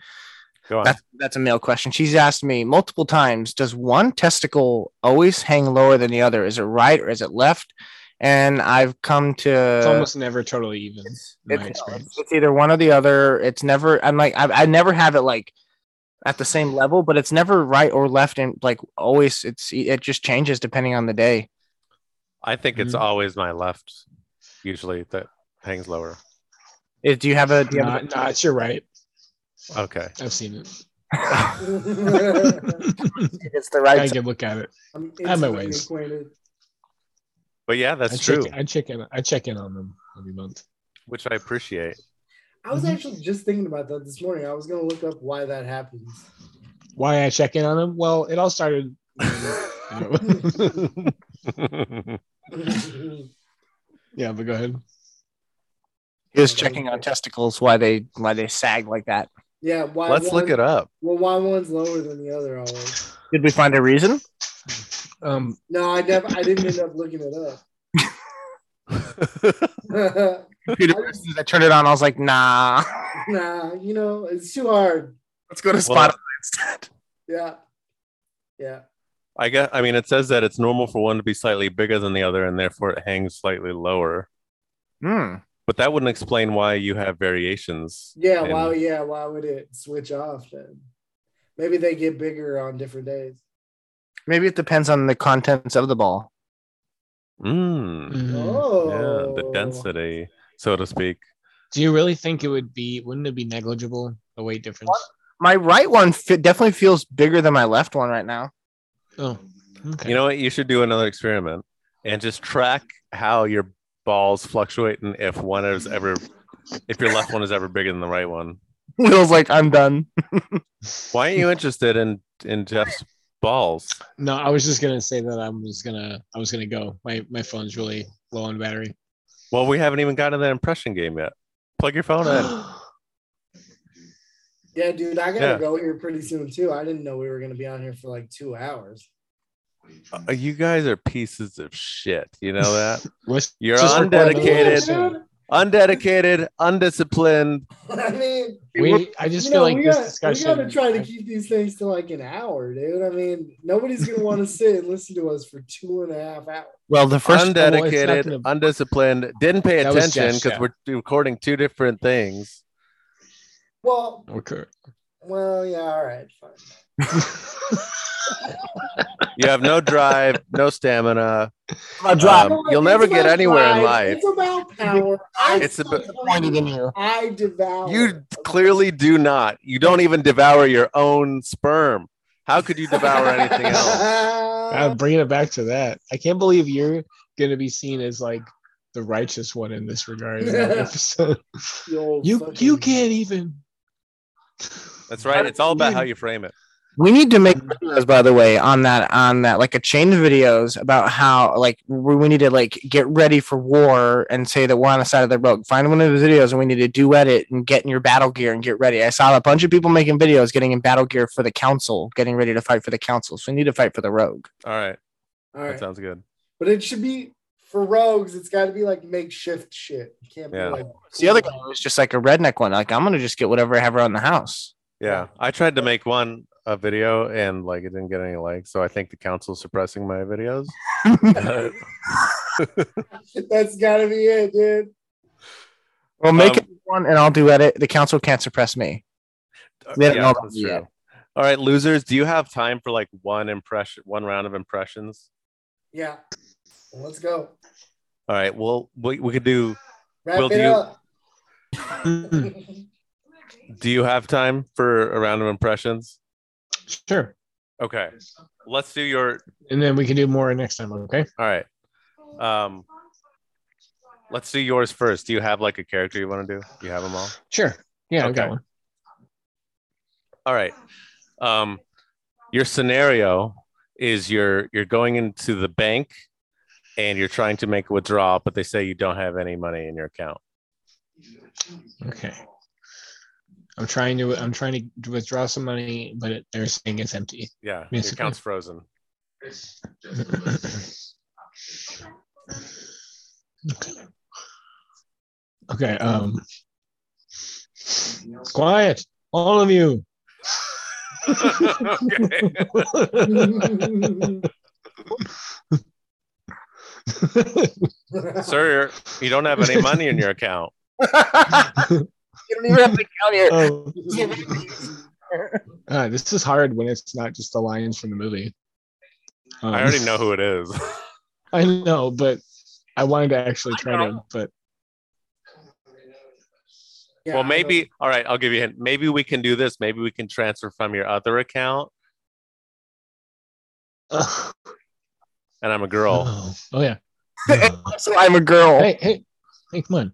Speaker 1: go on.
Speaker 3: That's that's a male question. She's asked me multiple times. Does one testicle always hang lower than the other? Is it right or is it left? And I've come to
Speaker 4: It's almost never totally even. In my
Speaker 3: Uh, it's, no,
Speaker 4: experience.
Speaker 3: it's, it's either one or the other. It's never. I'm like I, I never have it like at the same level, but it's never right or left. And like always, it's it just changes depending on the day.
Speaker 1: I think it's
Speaker 4: Mhm.
Speaker 1: always my left, usually that hangs lower.
Speaker 3: Eh, do you have a? Do you have
Speaker 4: Not, not, you're right.
Speaker 1: Okay,
Speaker 4: I've seen it.
Speaker 3: *laughs* a it's the
Speaker 4: I
Speaker 3: right.
Speaker 4: can look at it.
Speaker 2: *laughs* I'm
Speaker 4: *laughs* Have my
Speaker 2: intimately
Speaker 4: ways.
Speaker 2: acquainted.
Speaker 1: but yeah,
Speaker 4: I
Speaker 1: that's
Speaker 4: check,
Speaker 1: true,
Speaker 4: I check in. I check in on them every month.
Speaker 1: which I
Speaker 4: *laughs*
Speaker 1: appreciate. *laughs*
Speaker 2: I was
Speaker 4: Mhm.
Speaker 2: actually just thinking about that this morning. I was gonna look up why that happens. *laughs*
Speaker 4: Why I check in on them? Well, it all started. you know. *laughs* yeah, but go ahead.
Speaker 3: He was checking on testicles why they why they sag like that.
Speaker 2: yeah, why
Speaker 1: Let's look it up. *laughs*
Speaker 2: Well, why one's lower than the other always?
Speaker 3: Did we find a reason?
Speaker 4: Um,
Speaker 2: No, I never. I didn't end up looking it up.
Speaker 3: *laughs*
Speaker 2: *laughs*
Speaker 3: Computer, I turned it on. I was like, nah,
Speaker 2: nah, you know it's too hard.
Speaker 3: *laughs* let's go to
Speaker 1: Well-
Speaker 3: Spotify instead.
Speaker 2: Yeah, yeah.
Speaker 1: I guess I mean it says that it's normal for one to be slightly bigger than the other and therefore it hangs slightly lower.
Speaker 3: *laughs* Hmm.
Speaker 1: But that wouldn't explain why you have variations.
Speaker 2: Yeah,
Speaker 1: in-
Speaker 2: why? Yeah, why would it switch off then? Maybe they get bigger on different days.
Speaker 3: Maybe it depends on the contents of the ball.
Speaker 1: Mm,
Speaker 2: Oh,
Speaker 1: yeah, the density, so to speak.
Speaker 4: Do you really think it would be? Wouldn't it be negligible the weight difference?
Speaker 3: *laughs* My right one fit, definitely feels bigger than my left one right now.
Speaker 4: Oh, Okay.
Speaker 1: You know what? You should do another experiment and just track how your balls fluctuate and if one is ever, if your left one is ever bigger than the right one.
Speaker 3: Will's like, I'm done.
Speaker 1: Why aren't you interested in in Jeff's balls?
Speaker 4: no, I was just gonna say that I was gonna I was gonna go. My my phone's really low on battery.
Speaker 1: Well, we haven't even gotten to that impression game yet. Plug your phone
Speaker 4: *gasps*
Speaker 1: in.
Speaker 2: Yeah, dude, I gotta
Speaker 1: Yeah.
Speaker 2: go here pretty soon too. I didn't know we were gonna be on here for like two hours.
Speaker 1: Uh, You guys are pieces of shit. You know that?
Speaker 4: What's
Speaker 1: You're
Speaker 4: Just record another
Speaker 1: undedicated,
Speaker 4: episode.
Speaker 1: undedicated, undisciplined.
Speaker 2: *laughs* I mean,
Speaker 4: We I just
Speaker 2: you
Speaker 4: feel
Speaker 2: know,
Speaker 4: like
Speaker 2: we,
Speaker 4: this
Speaker 2: gotta,
Speaker 4: discussion.
Speaker 2: we gotta try to keep these things to like an hour, dude. I mean, nobody's gonna
Speaker 4: *laughs*
Speaker 2: want to sit and listen to us for two and a half hours.
Speaker 3: Well, the first
Speaker 1: undedicated,
Speaker 4: gonna-
Speaker 1: undisciplined. Didn't pay
Speaker 4: That was
Speaker 1: attention
Speaker 4: Jeff's,
Speaker 1: because
Speaker 4: yeah.
Speaker 1: we're recording two different things.
Speaker 2: Well,
Speaker 4: We're cur-
Speaker 2: well, yeah, all right, fine.
Speaker 1: You have no drive, *laughs* no stamina.
Speaker 3: I
Speaker 1: drive.
Speaker 3: dropped
Speaker 1: Um, you'll never
Speaker 2: It's
Speaker 1: get
Speaker 2: about
Speaker 1: anywhere in
Speaker 2: drive.
Speaker 1: life.
Speaker 2: It's about power. I
Speaker 1: It's about-
Speaker 3: disappointed in here.
Speaker 2: I devour.
Speaker 1: You clearly do not. You don't even devour your own sperm. How could you devour
Speaker 2: *laughs*
Speaker 1: anything else?
Speaker 4: I'm bringing it back to that. I can't believe you're gonna be seen as like the righteous one in this regard. in *laughs* that episode.
Speaker 2: You old
Speaker 4: You
Speaker 2: fucking-
Speaker 4: you can't even.
Speaker 1: That's right. It's all about how you frame it.
Speaker 3: We need to make videos, by the way, on that, on that, like a chain of videos about how, like, we we need to like get ready for war and say that we're on the side of the road. Find one of those videos and we need to duet it and get in your battle gear and get ready. I saw a bunch of people making videos getting in battle gear for the council, getting ready to fight for the council. So we need to fight for the rogue.
Speaker 1: All right.
Speaker 2: All
Speaker 1: That
Speaker 2: right,
Speaker 1: sounds good.
Speaker 2: but it should be for rogues. It's got to be like makeshift shit. It can't
Speaker 1: Yeah.
Speaker 2: be like
Speaker 3: So the other guy was just like a redneck one. Like, I'm gonna just get whatever I have around the house.
Speaker 1: Yeah. I tried to make one a video and like it didn't get any likes. So I think the council's suppressing my videos. But-
Speaker 2: *laughs* That's gotta be it, dude.
Speaker 3: Well,
Speaker 1: Um,
Speaker 3: make it one, and I'll do edit. The council can't suppress *laughs* me. They don't know about me yet.
Speaker 1: All right, losers, do you have time for like one impression, one round of impressions?
Speaker 2: Yeah. Well, let's go.
Speaker 1: All right, well, we, we could do.
Speaker 2: Wrap
Speaker 1: Will,
Speaker 2: it
Speaker 1: do you-
Speaker 2: up.
Speaker 1: Do you have time for a round of impressions?
Speaker 4: Sure.
Speaker 1: Okay, let's do your.
Speaker 4: And then we can do more next time, okay?
Speaker 1: All right, um, let's do yours first. Do you have like a character you want to do? You have them all.
Speaker 4: Sure. Yeah, I've
Speaker 1: Okay.
Speaker 4: got one.
Speaker 1: All right. Um, your scenario is you're you're going into the bank and you're trying to make a withdrawal, but they say you don't have any money in your account.
Speaker 4: Okay. I'm trying to I'm trying to withdraw some money, but it, they're saying it's empty.
Speaker 1: Yeah, your
Speaker 4: Basically.
Speaker 1: account's frozen.
Speaker 4: okay. Okay. Um. Quiet, all of you.
Speaker 1: *laughs* okay.
Speaker 2: *laughs*
Speaker 1: Sir, you don't have any money in your account.
Speaker 3: You don't even have to count here.
Speaker 4: Um, uh, this is hard when it's not just the lines from the movie. Um,
Speaker 1: I already know who it is.
Speaker 4: *laughs* I know, but I wanted to actually try to, but
Speaker 2: Yeah,
Speaker 1: well,
Speaker 2: I
Speaker 1: maybe. All right, I'll give you a hint. Maybe we can do this. Maybe we can transfer from your other account,
Speaker 4: oh,
Speaker 1: and I'm a girl.
Speaker 4: oh yeah.
Speaker 3: *laughs* So I'm a girl.
Speaker 4: hey, hey, hey, come on.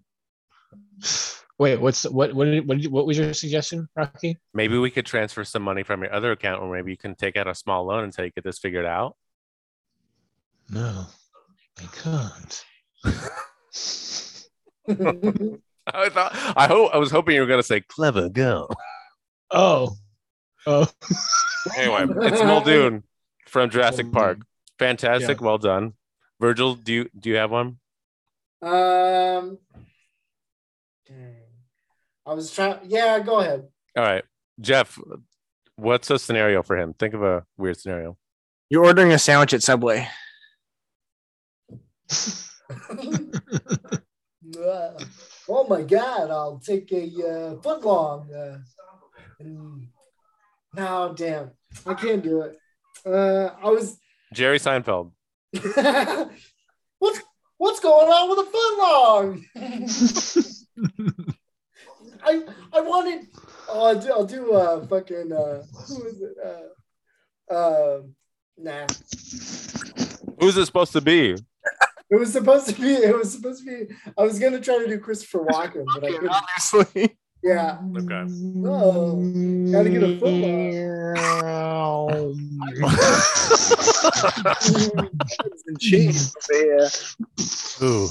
Speaker 4: Wait, what's what? What did, what, did, what was your suggestion, Rocky?
Speaker 1: Maybe we could transfer some money from your other account, or maybe you can take out a small loan until you get this figured out. *laughs*
Speaker 4: No, I can't.
Speaker 2: know. *laughs*
Speaker 1: I thought. I hope. I was hoping you were going to say clever girl.
Speaker 4: *laughs* Oh, oh,
Speaker 1: Anyway, it's Muldoon from Jurassic
Speaker 4: Muldoon. *laughs*
Speaker 1: Park. Fantastic. Well done, Virgil. Do you do you have one?
Speaker 2: um. dang. I was trying. Yeah, go ahead. *laughs*
Speaker 1: All right, Jeff. What's a scenario for him? Think of a weird scenario.
Speaker 3: You're ordering a sandwich at Subway.
Speaker 2: Uh, oh my God! I'll take a uh, foot long. Uh, and- no, damn, I can't do it. Uh, I was *laughs*
Speaker 1: Jerry Seinfeld.
Speaker 2: what's what's going on with the *laughs* footlong? I I wanted. Oh, I'll do. I'll do. Uh, fucking. Uh, who is it? Uh, um Nah.
Speaker 1: Who's it supposed to be?
Speaker 2: It was supposed to be. It was supposed to be. I was gonna try to do Christopher Walken, but I couldn't.
Speaker 3: Obviously.
Speaker 2: Yeah.
Speaker 1: Okay.
Speaker 2: Oh, gotta get a foot long.
Speaker 3: And cheese. Yeah.
Speaker 1: Ooh,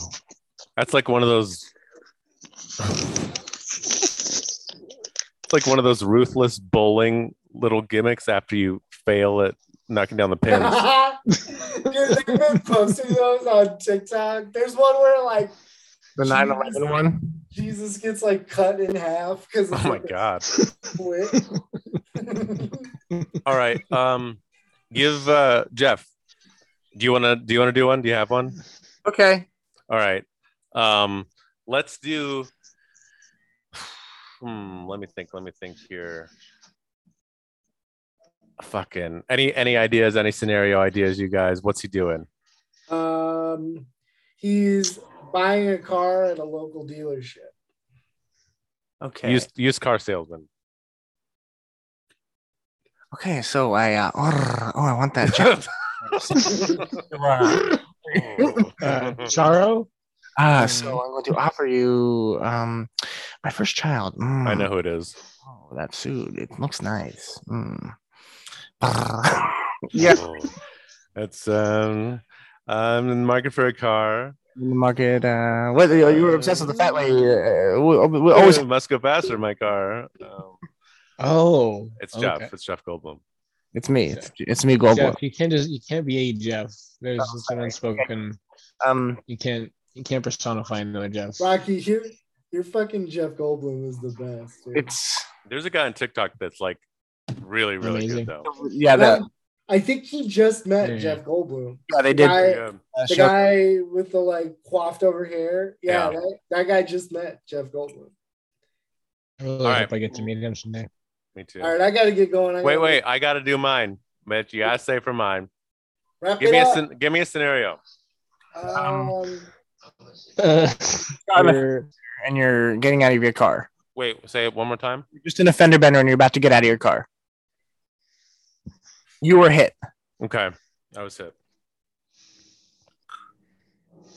Speaker 1: that's like one of those. It's like one of those ruthless bowling little gimmicks after you fail at knocking down the
Speaker 2: *laughs*
Speaker 1: Oh pins.
Speaker 2: Dude, they've been posting those on TikTok. There's one where like
Speaker 3: The 911 one.
Speaker 2: Jesus gets like cut in half because
Speaker 1: oh my god!
Speaker 2: Split. *laughs*
Speaker 1: All right, um, give uh, Jeff. Do you wanna do you wanna do one? Do you have one?
Speaker 6: Okay.
Speaker 1: All right. Um, let's do. Hmm, let me think. Let me think here. Fucking any any ideas? Any scenario ideas? You guys, what's he doing?
Speaker 2: um, he's buying a car at a local dealership.
Speaker 3: Okay.
Speaker 1: Used used car salesman.
Speaker 3: okay, so I uh, oh, I want
Speaker 1: *laughs*
Speaker 3: that. job.
Speaker 4: *laughs* *laughs* Uh, Charo?
Speaker 1: Mm.
Speaker 3: Ah, so I'm going to offer you um my first child. Mm.
Speaker 1: I know who it is.
Speaker 3: Oh, that suit. It looks nice.
Speaker 1: *laughs*
Speaker 3: Mm. yeah.
Speaker 1: Oh. That's um. I'm in the market for a car.
Speaker 3: In the market. Uh, what you you were obsessed with the fat lady. Uh, we, we always.
Speaker 1: Ooh, must go faster. My car. Um,
Speaker 4: Oh.
Speaker 1: it's
Speaker 4: okay.
Speaker 1: Jeff. It's Jeff Goldblum.
Speaker 3: It's me. It's, it's me, Goldblum.
Speaker 4: Jeff, you can't just you can't be a Jeff. There's
Speaker 3: Oh,
Speaker 4: just an
Speaker 3: sorry.
Speaker 4: unspoken
Speaker 3: Um,
Speaker 4: you can't you can't personify another Jeff.
Speaker 2: Rocky, your your fucking Jeff Goldblum is the best. dude.
Speaker 3: it's
Speaker 1: There's a guy on TikTok that's like really really
Speaker 4: Amazing.
Speaker 1: good though.
Speaker 3: yeah. That
Speaker 2: I think he just met
Speaker 4: Yeah.
Speaker 2: Jeff Goldblum.
Speaker 3: yeah, they did.
Speaker 2: I-
Speaker 1: Pretty
Speaker 2: Hey,
Speaker 1: good.
Speaker 3: uh,
Speaker 2: The
Speaker 3: show-
Speaker 2: guy with the like quaffed over hair. Yeah,
Speaker 1: Yeah.
Speaker 2: That, that guy just met Jeff Goldblum.
Speaker 4: I really
Speaker 1: All
Speaker 4: hope
Speaker 1: right.
Speaker 4: I get to meet him *laughs* someday.
Speaker 1: Me too.
Speaker 2: All right, I gotta get going. I
Speaker 1: Wait,
Speaker 2: gotta
Speaker 1: wait. I got to do mine. Mitch, you got to say for mine.
Speaker 2: Wrap
Speaker 1: Give
Speaker 2: it
Speaker 1: me a
Speaker 2: up.
Speaker 1: scen- give me a scenario.
Speaker 3: um,
Speaker 2: um,
Speaker 4: Uh,
Speaker 2: *laughs*
Speaker 4: you're-
Speaker 3: and you're getting out of your car.
Speaker 1: Wait, say it one more time.
Speaker 3: You're just in a fender bender, and you're about to get out of your car. You were hit. *laughs*
Speaker 1: Okay. That was it.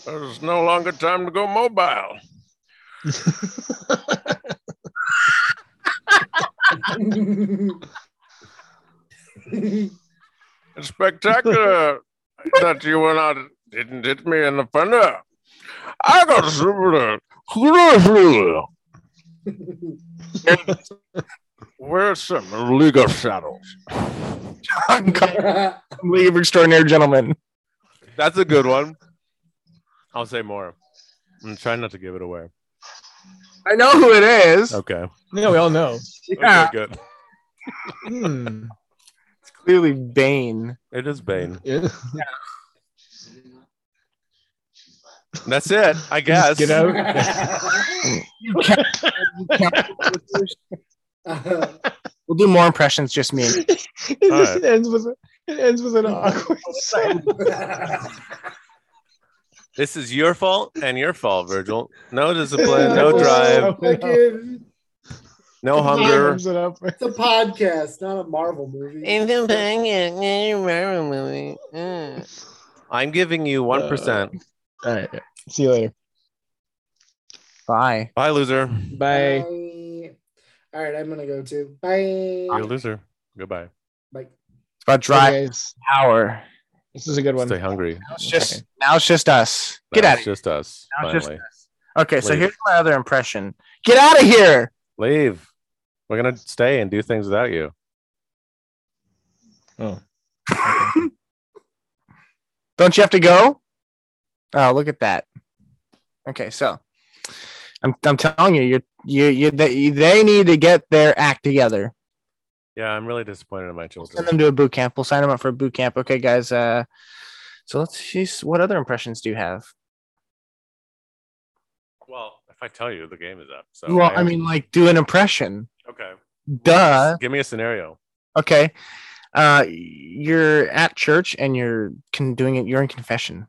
Speaker 1: There's no longer time to go mobile. It's spectacular that you were not didn't hit me in the fender. I got super. Where's some League of Shadows?
Speaker 3: I'm League of Extraordinary Gentlemen.
Speaker 1: That's a good one. I'll say more. I'm trying not to give it away.
Speaker 3: I know who it is.
Speaker 1: Okay.
Speaker 4: no, we all know.
Speaker 1: Okay, good.
Speaker 4: Hmm.
Speaker 3: It's clearly Bane.
Speaker 1: It is Bane.
Speaker 4: *laughs* Yeah.
Speaker 1: That's it, I guess. *laughs*
Speaker 4: Just Get out. *laughs*
Speaker 3: We'll do more impressions, just me. and-
Speaker 4: it
Speaker 1: All
Speaker 4: just
Speaker 1: right.
Speaker 4: ends with a, it ends *laughs* with an awkward sound.
Speaker 1: This is your fault and your fault, Virgil. No discipline,
Speaker 3: *laughs*
Speaker 1: no drive,
Speaker 2: Fucking-
Speaker 1: no hunger.
Speaker 4: Thumbs it up.
Speaker 2: it's a podcast, not a Marvel movie.
Speaker 1: I'm giving you
Speaker 3: Uh,
Speaker 1: 1%.
Speaker 4: All right. See you later.
Speaker 3: Bye.
Speaker 1: Bye, loser.
Speaker 4: Bye.
Speaker 2: Bye. All right, I'm gonna go too. Bye.
Speaker 1: You're a loser. Goodbye.
Speaker 2: Bye.
Speaker 3: It's about drive
Speaker 4: Hey, guys.
Speaker 3: hour.
Speaker 4: This is a good one.
Speaker 1: Stay hungry.
Speaker 3: Now it's just now it's just us. Get
Speaker 1: Now
Speaker 3: out
Speaker 1: it's
Speaker 3: of here.
Speaker 1: Just us.
Speaker 3: Now it's just
Speaker 1: Finally.
Speaker 3: us. Okay, so
Speaker 1: Leave.
Speaker 3: here's my other impression. Get out of here.
Speaker 1: Leave. We're going to stay and do things without you.
Speaker 4: Oh.
Speaker 3: *laughs* Don't you have to go? Oh, look at that. Okay, so I'm I'm telling you, you you you they, they need to get their act together.
Speaker 1: Yeah, I'm really disappointed in my
Speaker 3: Send
Speaker 1: children.
Speaker 3: them to a boot camp. We'll sign them up for a boot camp. Okay, guys. Uh, so let's see. What other impressions do you have?
Speaker 1: Well, if I tell you, the game is up. So
Speaker 3: Well,
Speaker 1: have
Speaker 3: I
Speaker 1: to-
Speaker 3: mean, like, do an impression.
Speaker 1: okay.
Speaker 3: Duh.
Speaker 1: Give me a scenario.
Speaker 3: Okay. Uh, you're at church and you're con- doing it. You're in confession.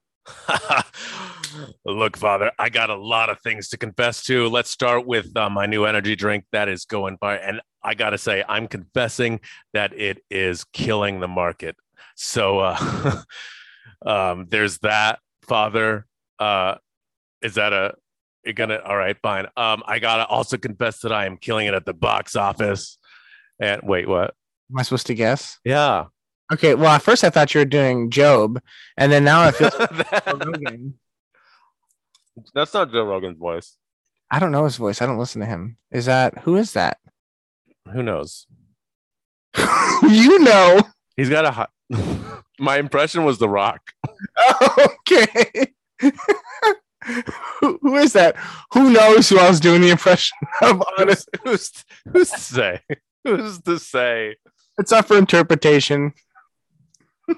Speaker 1: *laughs* Look, Father, I got a lot of things to confess to. Let's start with uh, my new energy drink that is going by. And I got to say, I'm confessing that it is killing the market. So uh, *laughs* um, there's that father. Uh, is that a? You're gonna all right, fine. Um, I gotta also confess that I am killing it at the box office. And wait, what?
Speaker 3: Am I supposed to guess?
Speaker 1: *laughs* Yeah,
Speaker 3: Okay. Well, at first I thought you were doing Job, and then now
Speaker 1: *laughs*
Speaker 3: I feel Joe
Speaker 1: That-
Speaker 3: Rogan.
Speaker 1: that's not Joe Rogan's voice.
Speaker 3: I don't know his voice. I don't listen to him. Is that who is that?
Speaker 1: Who knows?
Speaker 3: you know.
Speaker 1: He's got a hot. *laughs* My impression was The Rock.
Speaker 3: *laughs* Okay. *laughs* who, who is that? Who knows who I was doing the impression *laughs*
Speaker 1: *laughs*
Speaker 3: of? Honest,
Speaker 1: Who's, who's, who's to say? Who's to say?
Speaker 3: it's up for interpretation. *laughs*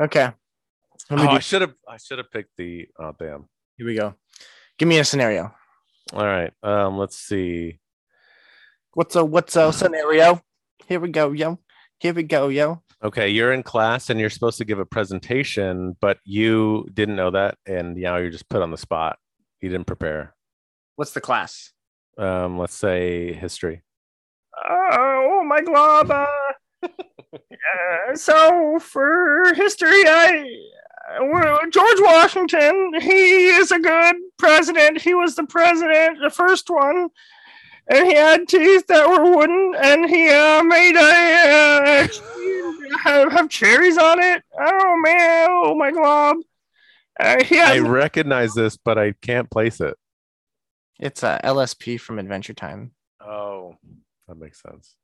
Speaker 3: okay. Let me
Speaker 1: Oh, I
Speaker 3: do,
Speaker 1: should have. I should have picked the. Oh, damn.
Speaker 3: here we go. Give me a scenario.
Speaker 1: All right. Um, let's see.
Speaker 3: What's a what's a scenario? Here we go, yo. Here we go, yo.
Speaker 1: Okay, you're in class and you're supposed to give a presentation, but you didn't know that, and now you're just put on the spot. You didn't prepare.
Speaker 3: What's the class?
Speaker 1: Um, let's say history.
Speaker 3: oh my glob. *laughs* Uh, uh, so for history, I well, George Washington. He is a good president. He was the president, the first one, and he had teeth that were wooden, and he uh, made a uh, tree have, have cherries on it. Oh man! Oh my glob. Uh, he
Speaker 1: I
Speaker 3: has-
Speaker 1: recognize this, but I can't place it.
Speaker 3: it's uh, LSP from Adventure Time.
Speaker 1: Oh, that makes sense.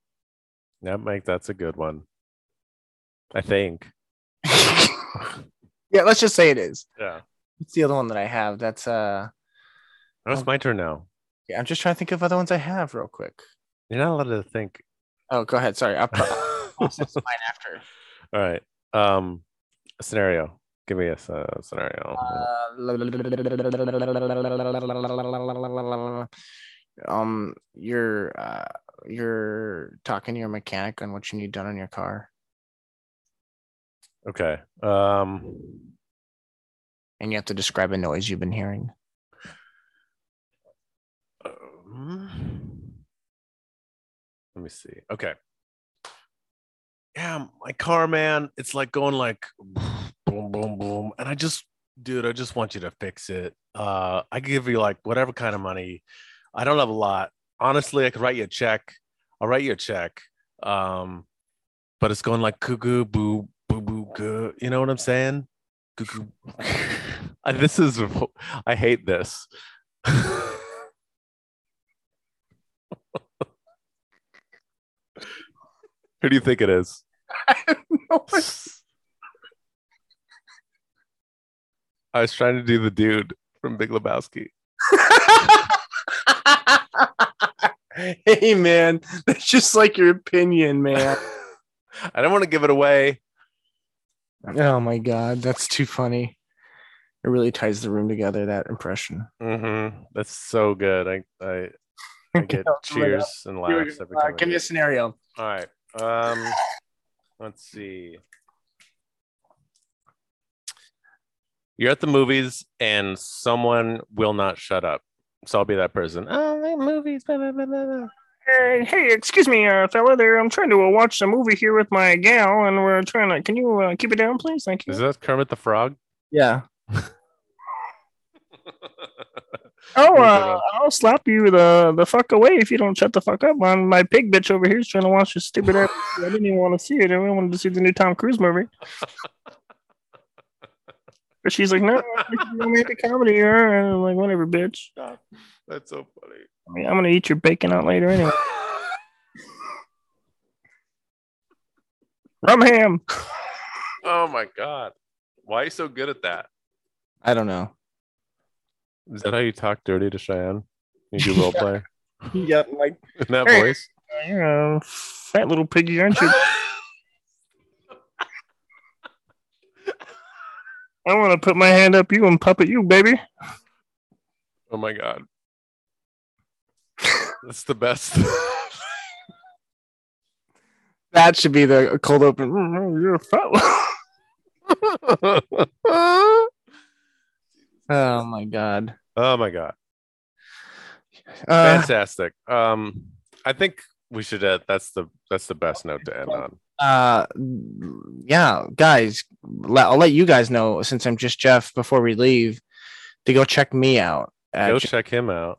Speaker 1: That make that's a good one. I think.
Speaker 3: *laughs* yeah, let's just say it is.
Speaker 1: Yeah.
Speaker 3: What's the other one that I have? That's uh
Speaker 1: Oh, it's my turn now.
Speaker 3: yeah, I'm just trying to think of other ones I have real quick.
Speaker 1: You're not allowed to think. *laughs*
Speaker 3: Oh, go ahead. Sorry. I'll pro-
Speaker 1: All
Speaker 3: process mine after.
Speaker 1: right. Um, a scenario. Give me a s- uh, scenario.
Speaker 3: Uh, um you're uh you're talking to your mechanic on what you need done on your car
Speaker 1: Okay. Um,
Speaker 3: and you have to describe a noise you've been hearing.
Speaker 1: Um, let me see. Okay. Yeah, my car, man. It's like going like boom, boom, boom, and I just, dude, I just want you to fix it. Uh, I could give you like whatever kind of money. I don't have a lot, honestly. I could write you a check. I'll write you a check. Um, but it's going like cuckoo, boo, boo, boo, goo. You know what I'm saying? Cuckoo. *laughs* Uh, this is, *laughs* I hate this. *laughs* Who do you think it is?
Speaker 3: Oh *laughs*
Speaker 1: I was trying to do the dude from Big Lebowski.
Speaker 3: *laughs* hey man, that's just like your opinion, man.
Speaker 1: *laughs* I don't want to give it away.
Speaker 3: Oh my god, that's too funny. It really ties the room together. That impression.
Speaker 1: Mm-hmm. That's so good. I I, I get cheers and
Speaker 3: Here we
Speaker 1: laughs
Speaker 3: go.
Speaker 1: every
Speaker 3: Uh,
Speaker 1: time. I
Speaker 3: give me
Speaker 1: do
Speaker 3: a scenario.
Speaker 1: it. All right. Um, let's see. You're at the movies and someone will not shut up. So I'll be that person. Oh, I like movies. Blah, blah, blah, blah, blah.
Speaker 7: Hey, hey, excuse me, uh, fella there. I'm trying to uh, watch a movie here with my gal, and we're trying to. Can you uh, keep it down, please? Thank you.
Speaker 1: Is that Kermit the Frog? *laughs*
Speaker 3: Yeah.
Speaker 7: Oh,
Speaker 1: Who's
Speaker 7: uh, I'll slap you the the fuck away if you don't shut the fuck up. My, my pig bitch over here is trying to watch this stupid ass. I didn't even want to see it. I really wanted to see the new Tom Cruise movie. But she's like, no, it's a romantic comedy here. And I'm like, whatever, bitch.
Speaker 1: That's so funny.
Speaker 7: I mean, I'm going to eat your bacon out later anyway. Rum ham.
Speaker 1: *laughs* Oh my god. Why are you so good at that?
Speaker 3: I don't know.
Speaker 1: Is that how you talk dirty to Cheyenne? You *laughs* do role play
Speaker 3: Yeah, like
Speaker 1: *laughs* in that
Speaker 7: Hey.
Speaker 1: voice?
Speaker 7: You're a fat little piggy, aren't you? I want to put my hand up you and puppet you, baby.
Speaker 1: Oh my god. *laughs* That's the best. *laughs*
Speaker 3: that should be the cold open.
Speaker 7: Mm, You're a fat *laughs* one.
Speaker 1: oh
Speaker 3: Oh my god.
Speaker 1: my god.
Speaker 3: Uh,
Speaker 1: Fantastic. Um I think we should. Uh, that's the that's the best note to end on.
Speaker 3: uh yeah guys let, i'll let you guys know since i'm just jeff before we leave to go check me out at
Speaker 1: Go
Speaker 3: Jeff
Speaker 1: check him out.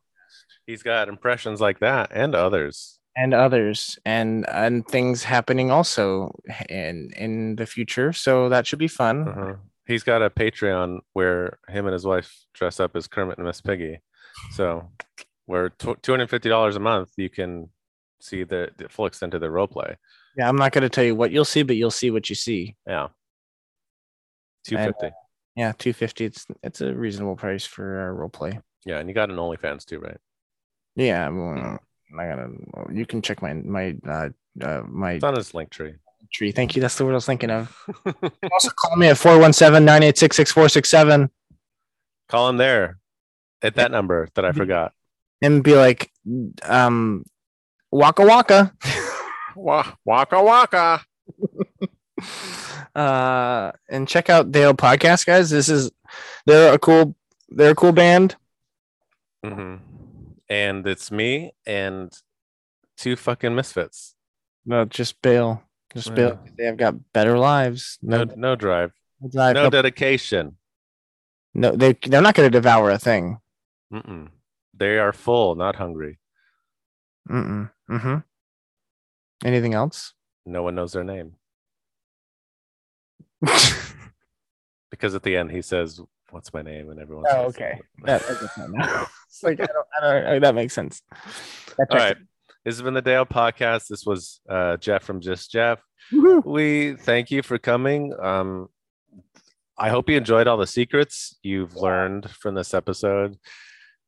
Speaker 1: He's got impressions like that and others.
Speaker 3: and others and and things happening also in in the future so that should be fun
Speaker 1: Uh-huh. He's got a Patreon where him and his wife dress up as Kermit and Miss Piggy. So, where tw- two hundred fifty dollars a month, you can see the, the full extent of their role play.
Speaker 3: yeah i'm not going to tell you what you'll see but you'll see what you see
Speaker 1: Yeah, two fifty.
Speaker 3: yeah 250 it's it's a reasonable price for uh, role play
Speaker 1: Yeah, and you got an OnlyFans too, right?
Speaker 3: yeah i'm uh,
Speaker 1: Hmm.
Speaker 3: I'm not gonna you can check my my uh, uh my
Speaker 1: It's on his link *laughs* tree.
Speaker 3: tree thank you that's the word i was thinking of also call me at 417-986-6467
Speaker 1: Call him there at that number that I forgot.
Speaker 3: and be like, um, waka waka.
Speaker 1: Wa- waka waka.
Speaker 3: uh, and check out Dale podcast, guys. This is they're a cool they're a cool band.
Speaker 1: hmm And it's me and two fucking misfits.
Speaker 3: No, just bail, just bail. They have got better lives.
Speaker 1: No,
Speaker 3: No,
Speaker 1: no drive,
Speaker 3: no drive.
Speaker 1: no
Speaker 3: No,
Speaker 1: dedication.
Speaker 3: no, they they're not going to devour a thing.
Speaker 1: Mm-mm. They are full, not hungry.
Speaker 3: Mm-mm. Mm-hmm. Anything else? *laughs*
Speaker 1: No one knows their name because at the end he says, "What's my name?" and everyone.
Speaker 3: Oh,
Speaker 1: says, *laughs*
Speaker 3: okay. that, I guess not now. *laughs* it's like I don't, I don't, that makes sense. That
Speaker 1: All right.
Speaker 3: checks
Speaker 1: This has been the Dale podcast. This was uh, Jeff from Just Jeff.
Speaker 3: it. Woohoo.
Speaker 1: We thank you for coming. Um, I hope you enjoyed all the secrets you've learned from this episode.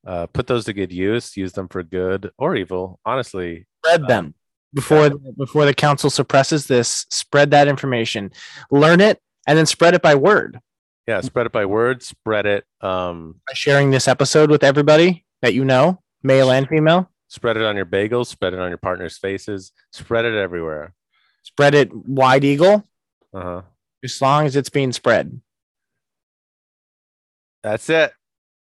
Speaker 1: Uh, put those to good use. Use them for good or evil. Honestly,
Speaker 3: spread them before before the council suppresses this spread that information learn it and then spread it by word
Speaker 1: yeah. Spread it by word. Spread it. Um,
Speaker 3: by sharing this episode with everybody that you know male and female
Speaker 1: spread it on your bagels. Spread it on your partner's faces. Spread it everywhere.
Speaker 3: spread it wide eagle
Speaker 1: Uh huh.
Speaker 3: as long as it's being spread
Speaker 1: That's it.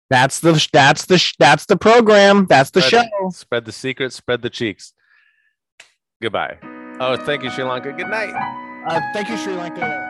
Speaker 3: that's the that's the that's the program that's the
Speaker 1: Spread
Speaker 3: show
Speaker 1: it. Spread the secret, spread the cheeks. Goodbye. Oh, thank you, Sri Lanka. Good night.
Speaker 3: uh, thank you sri lanka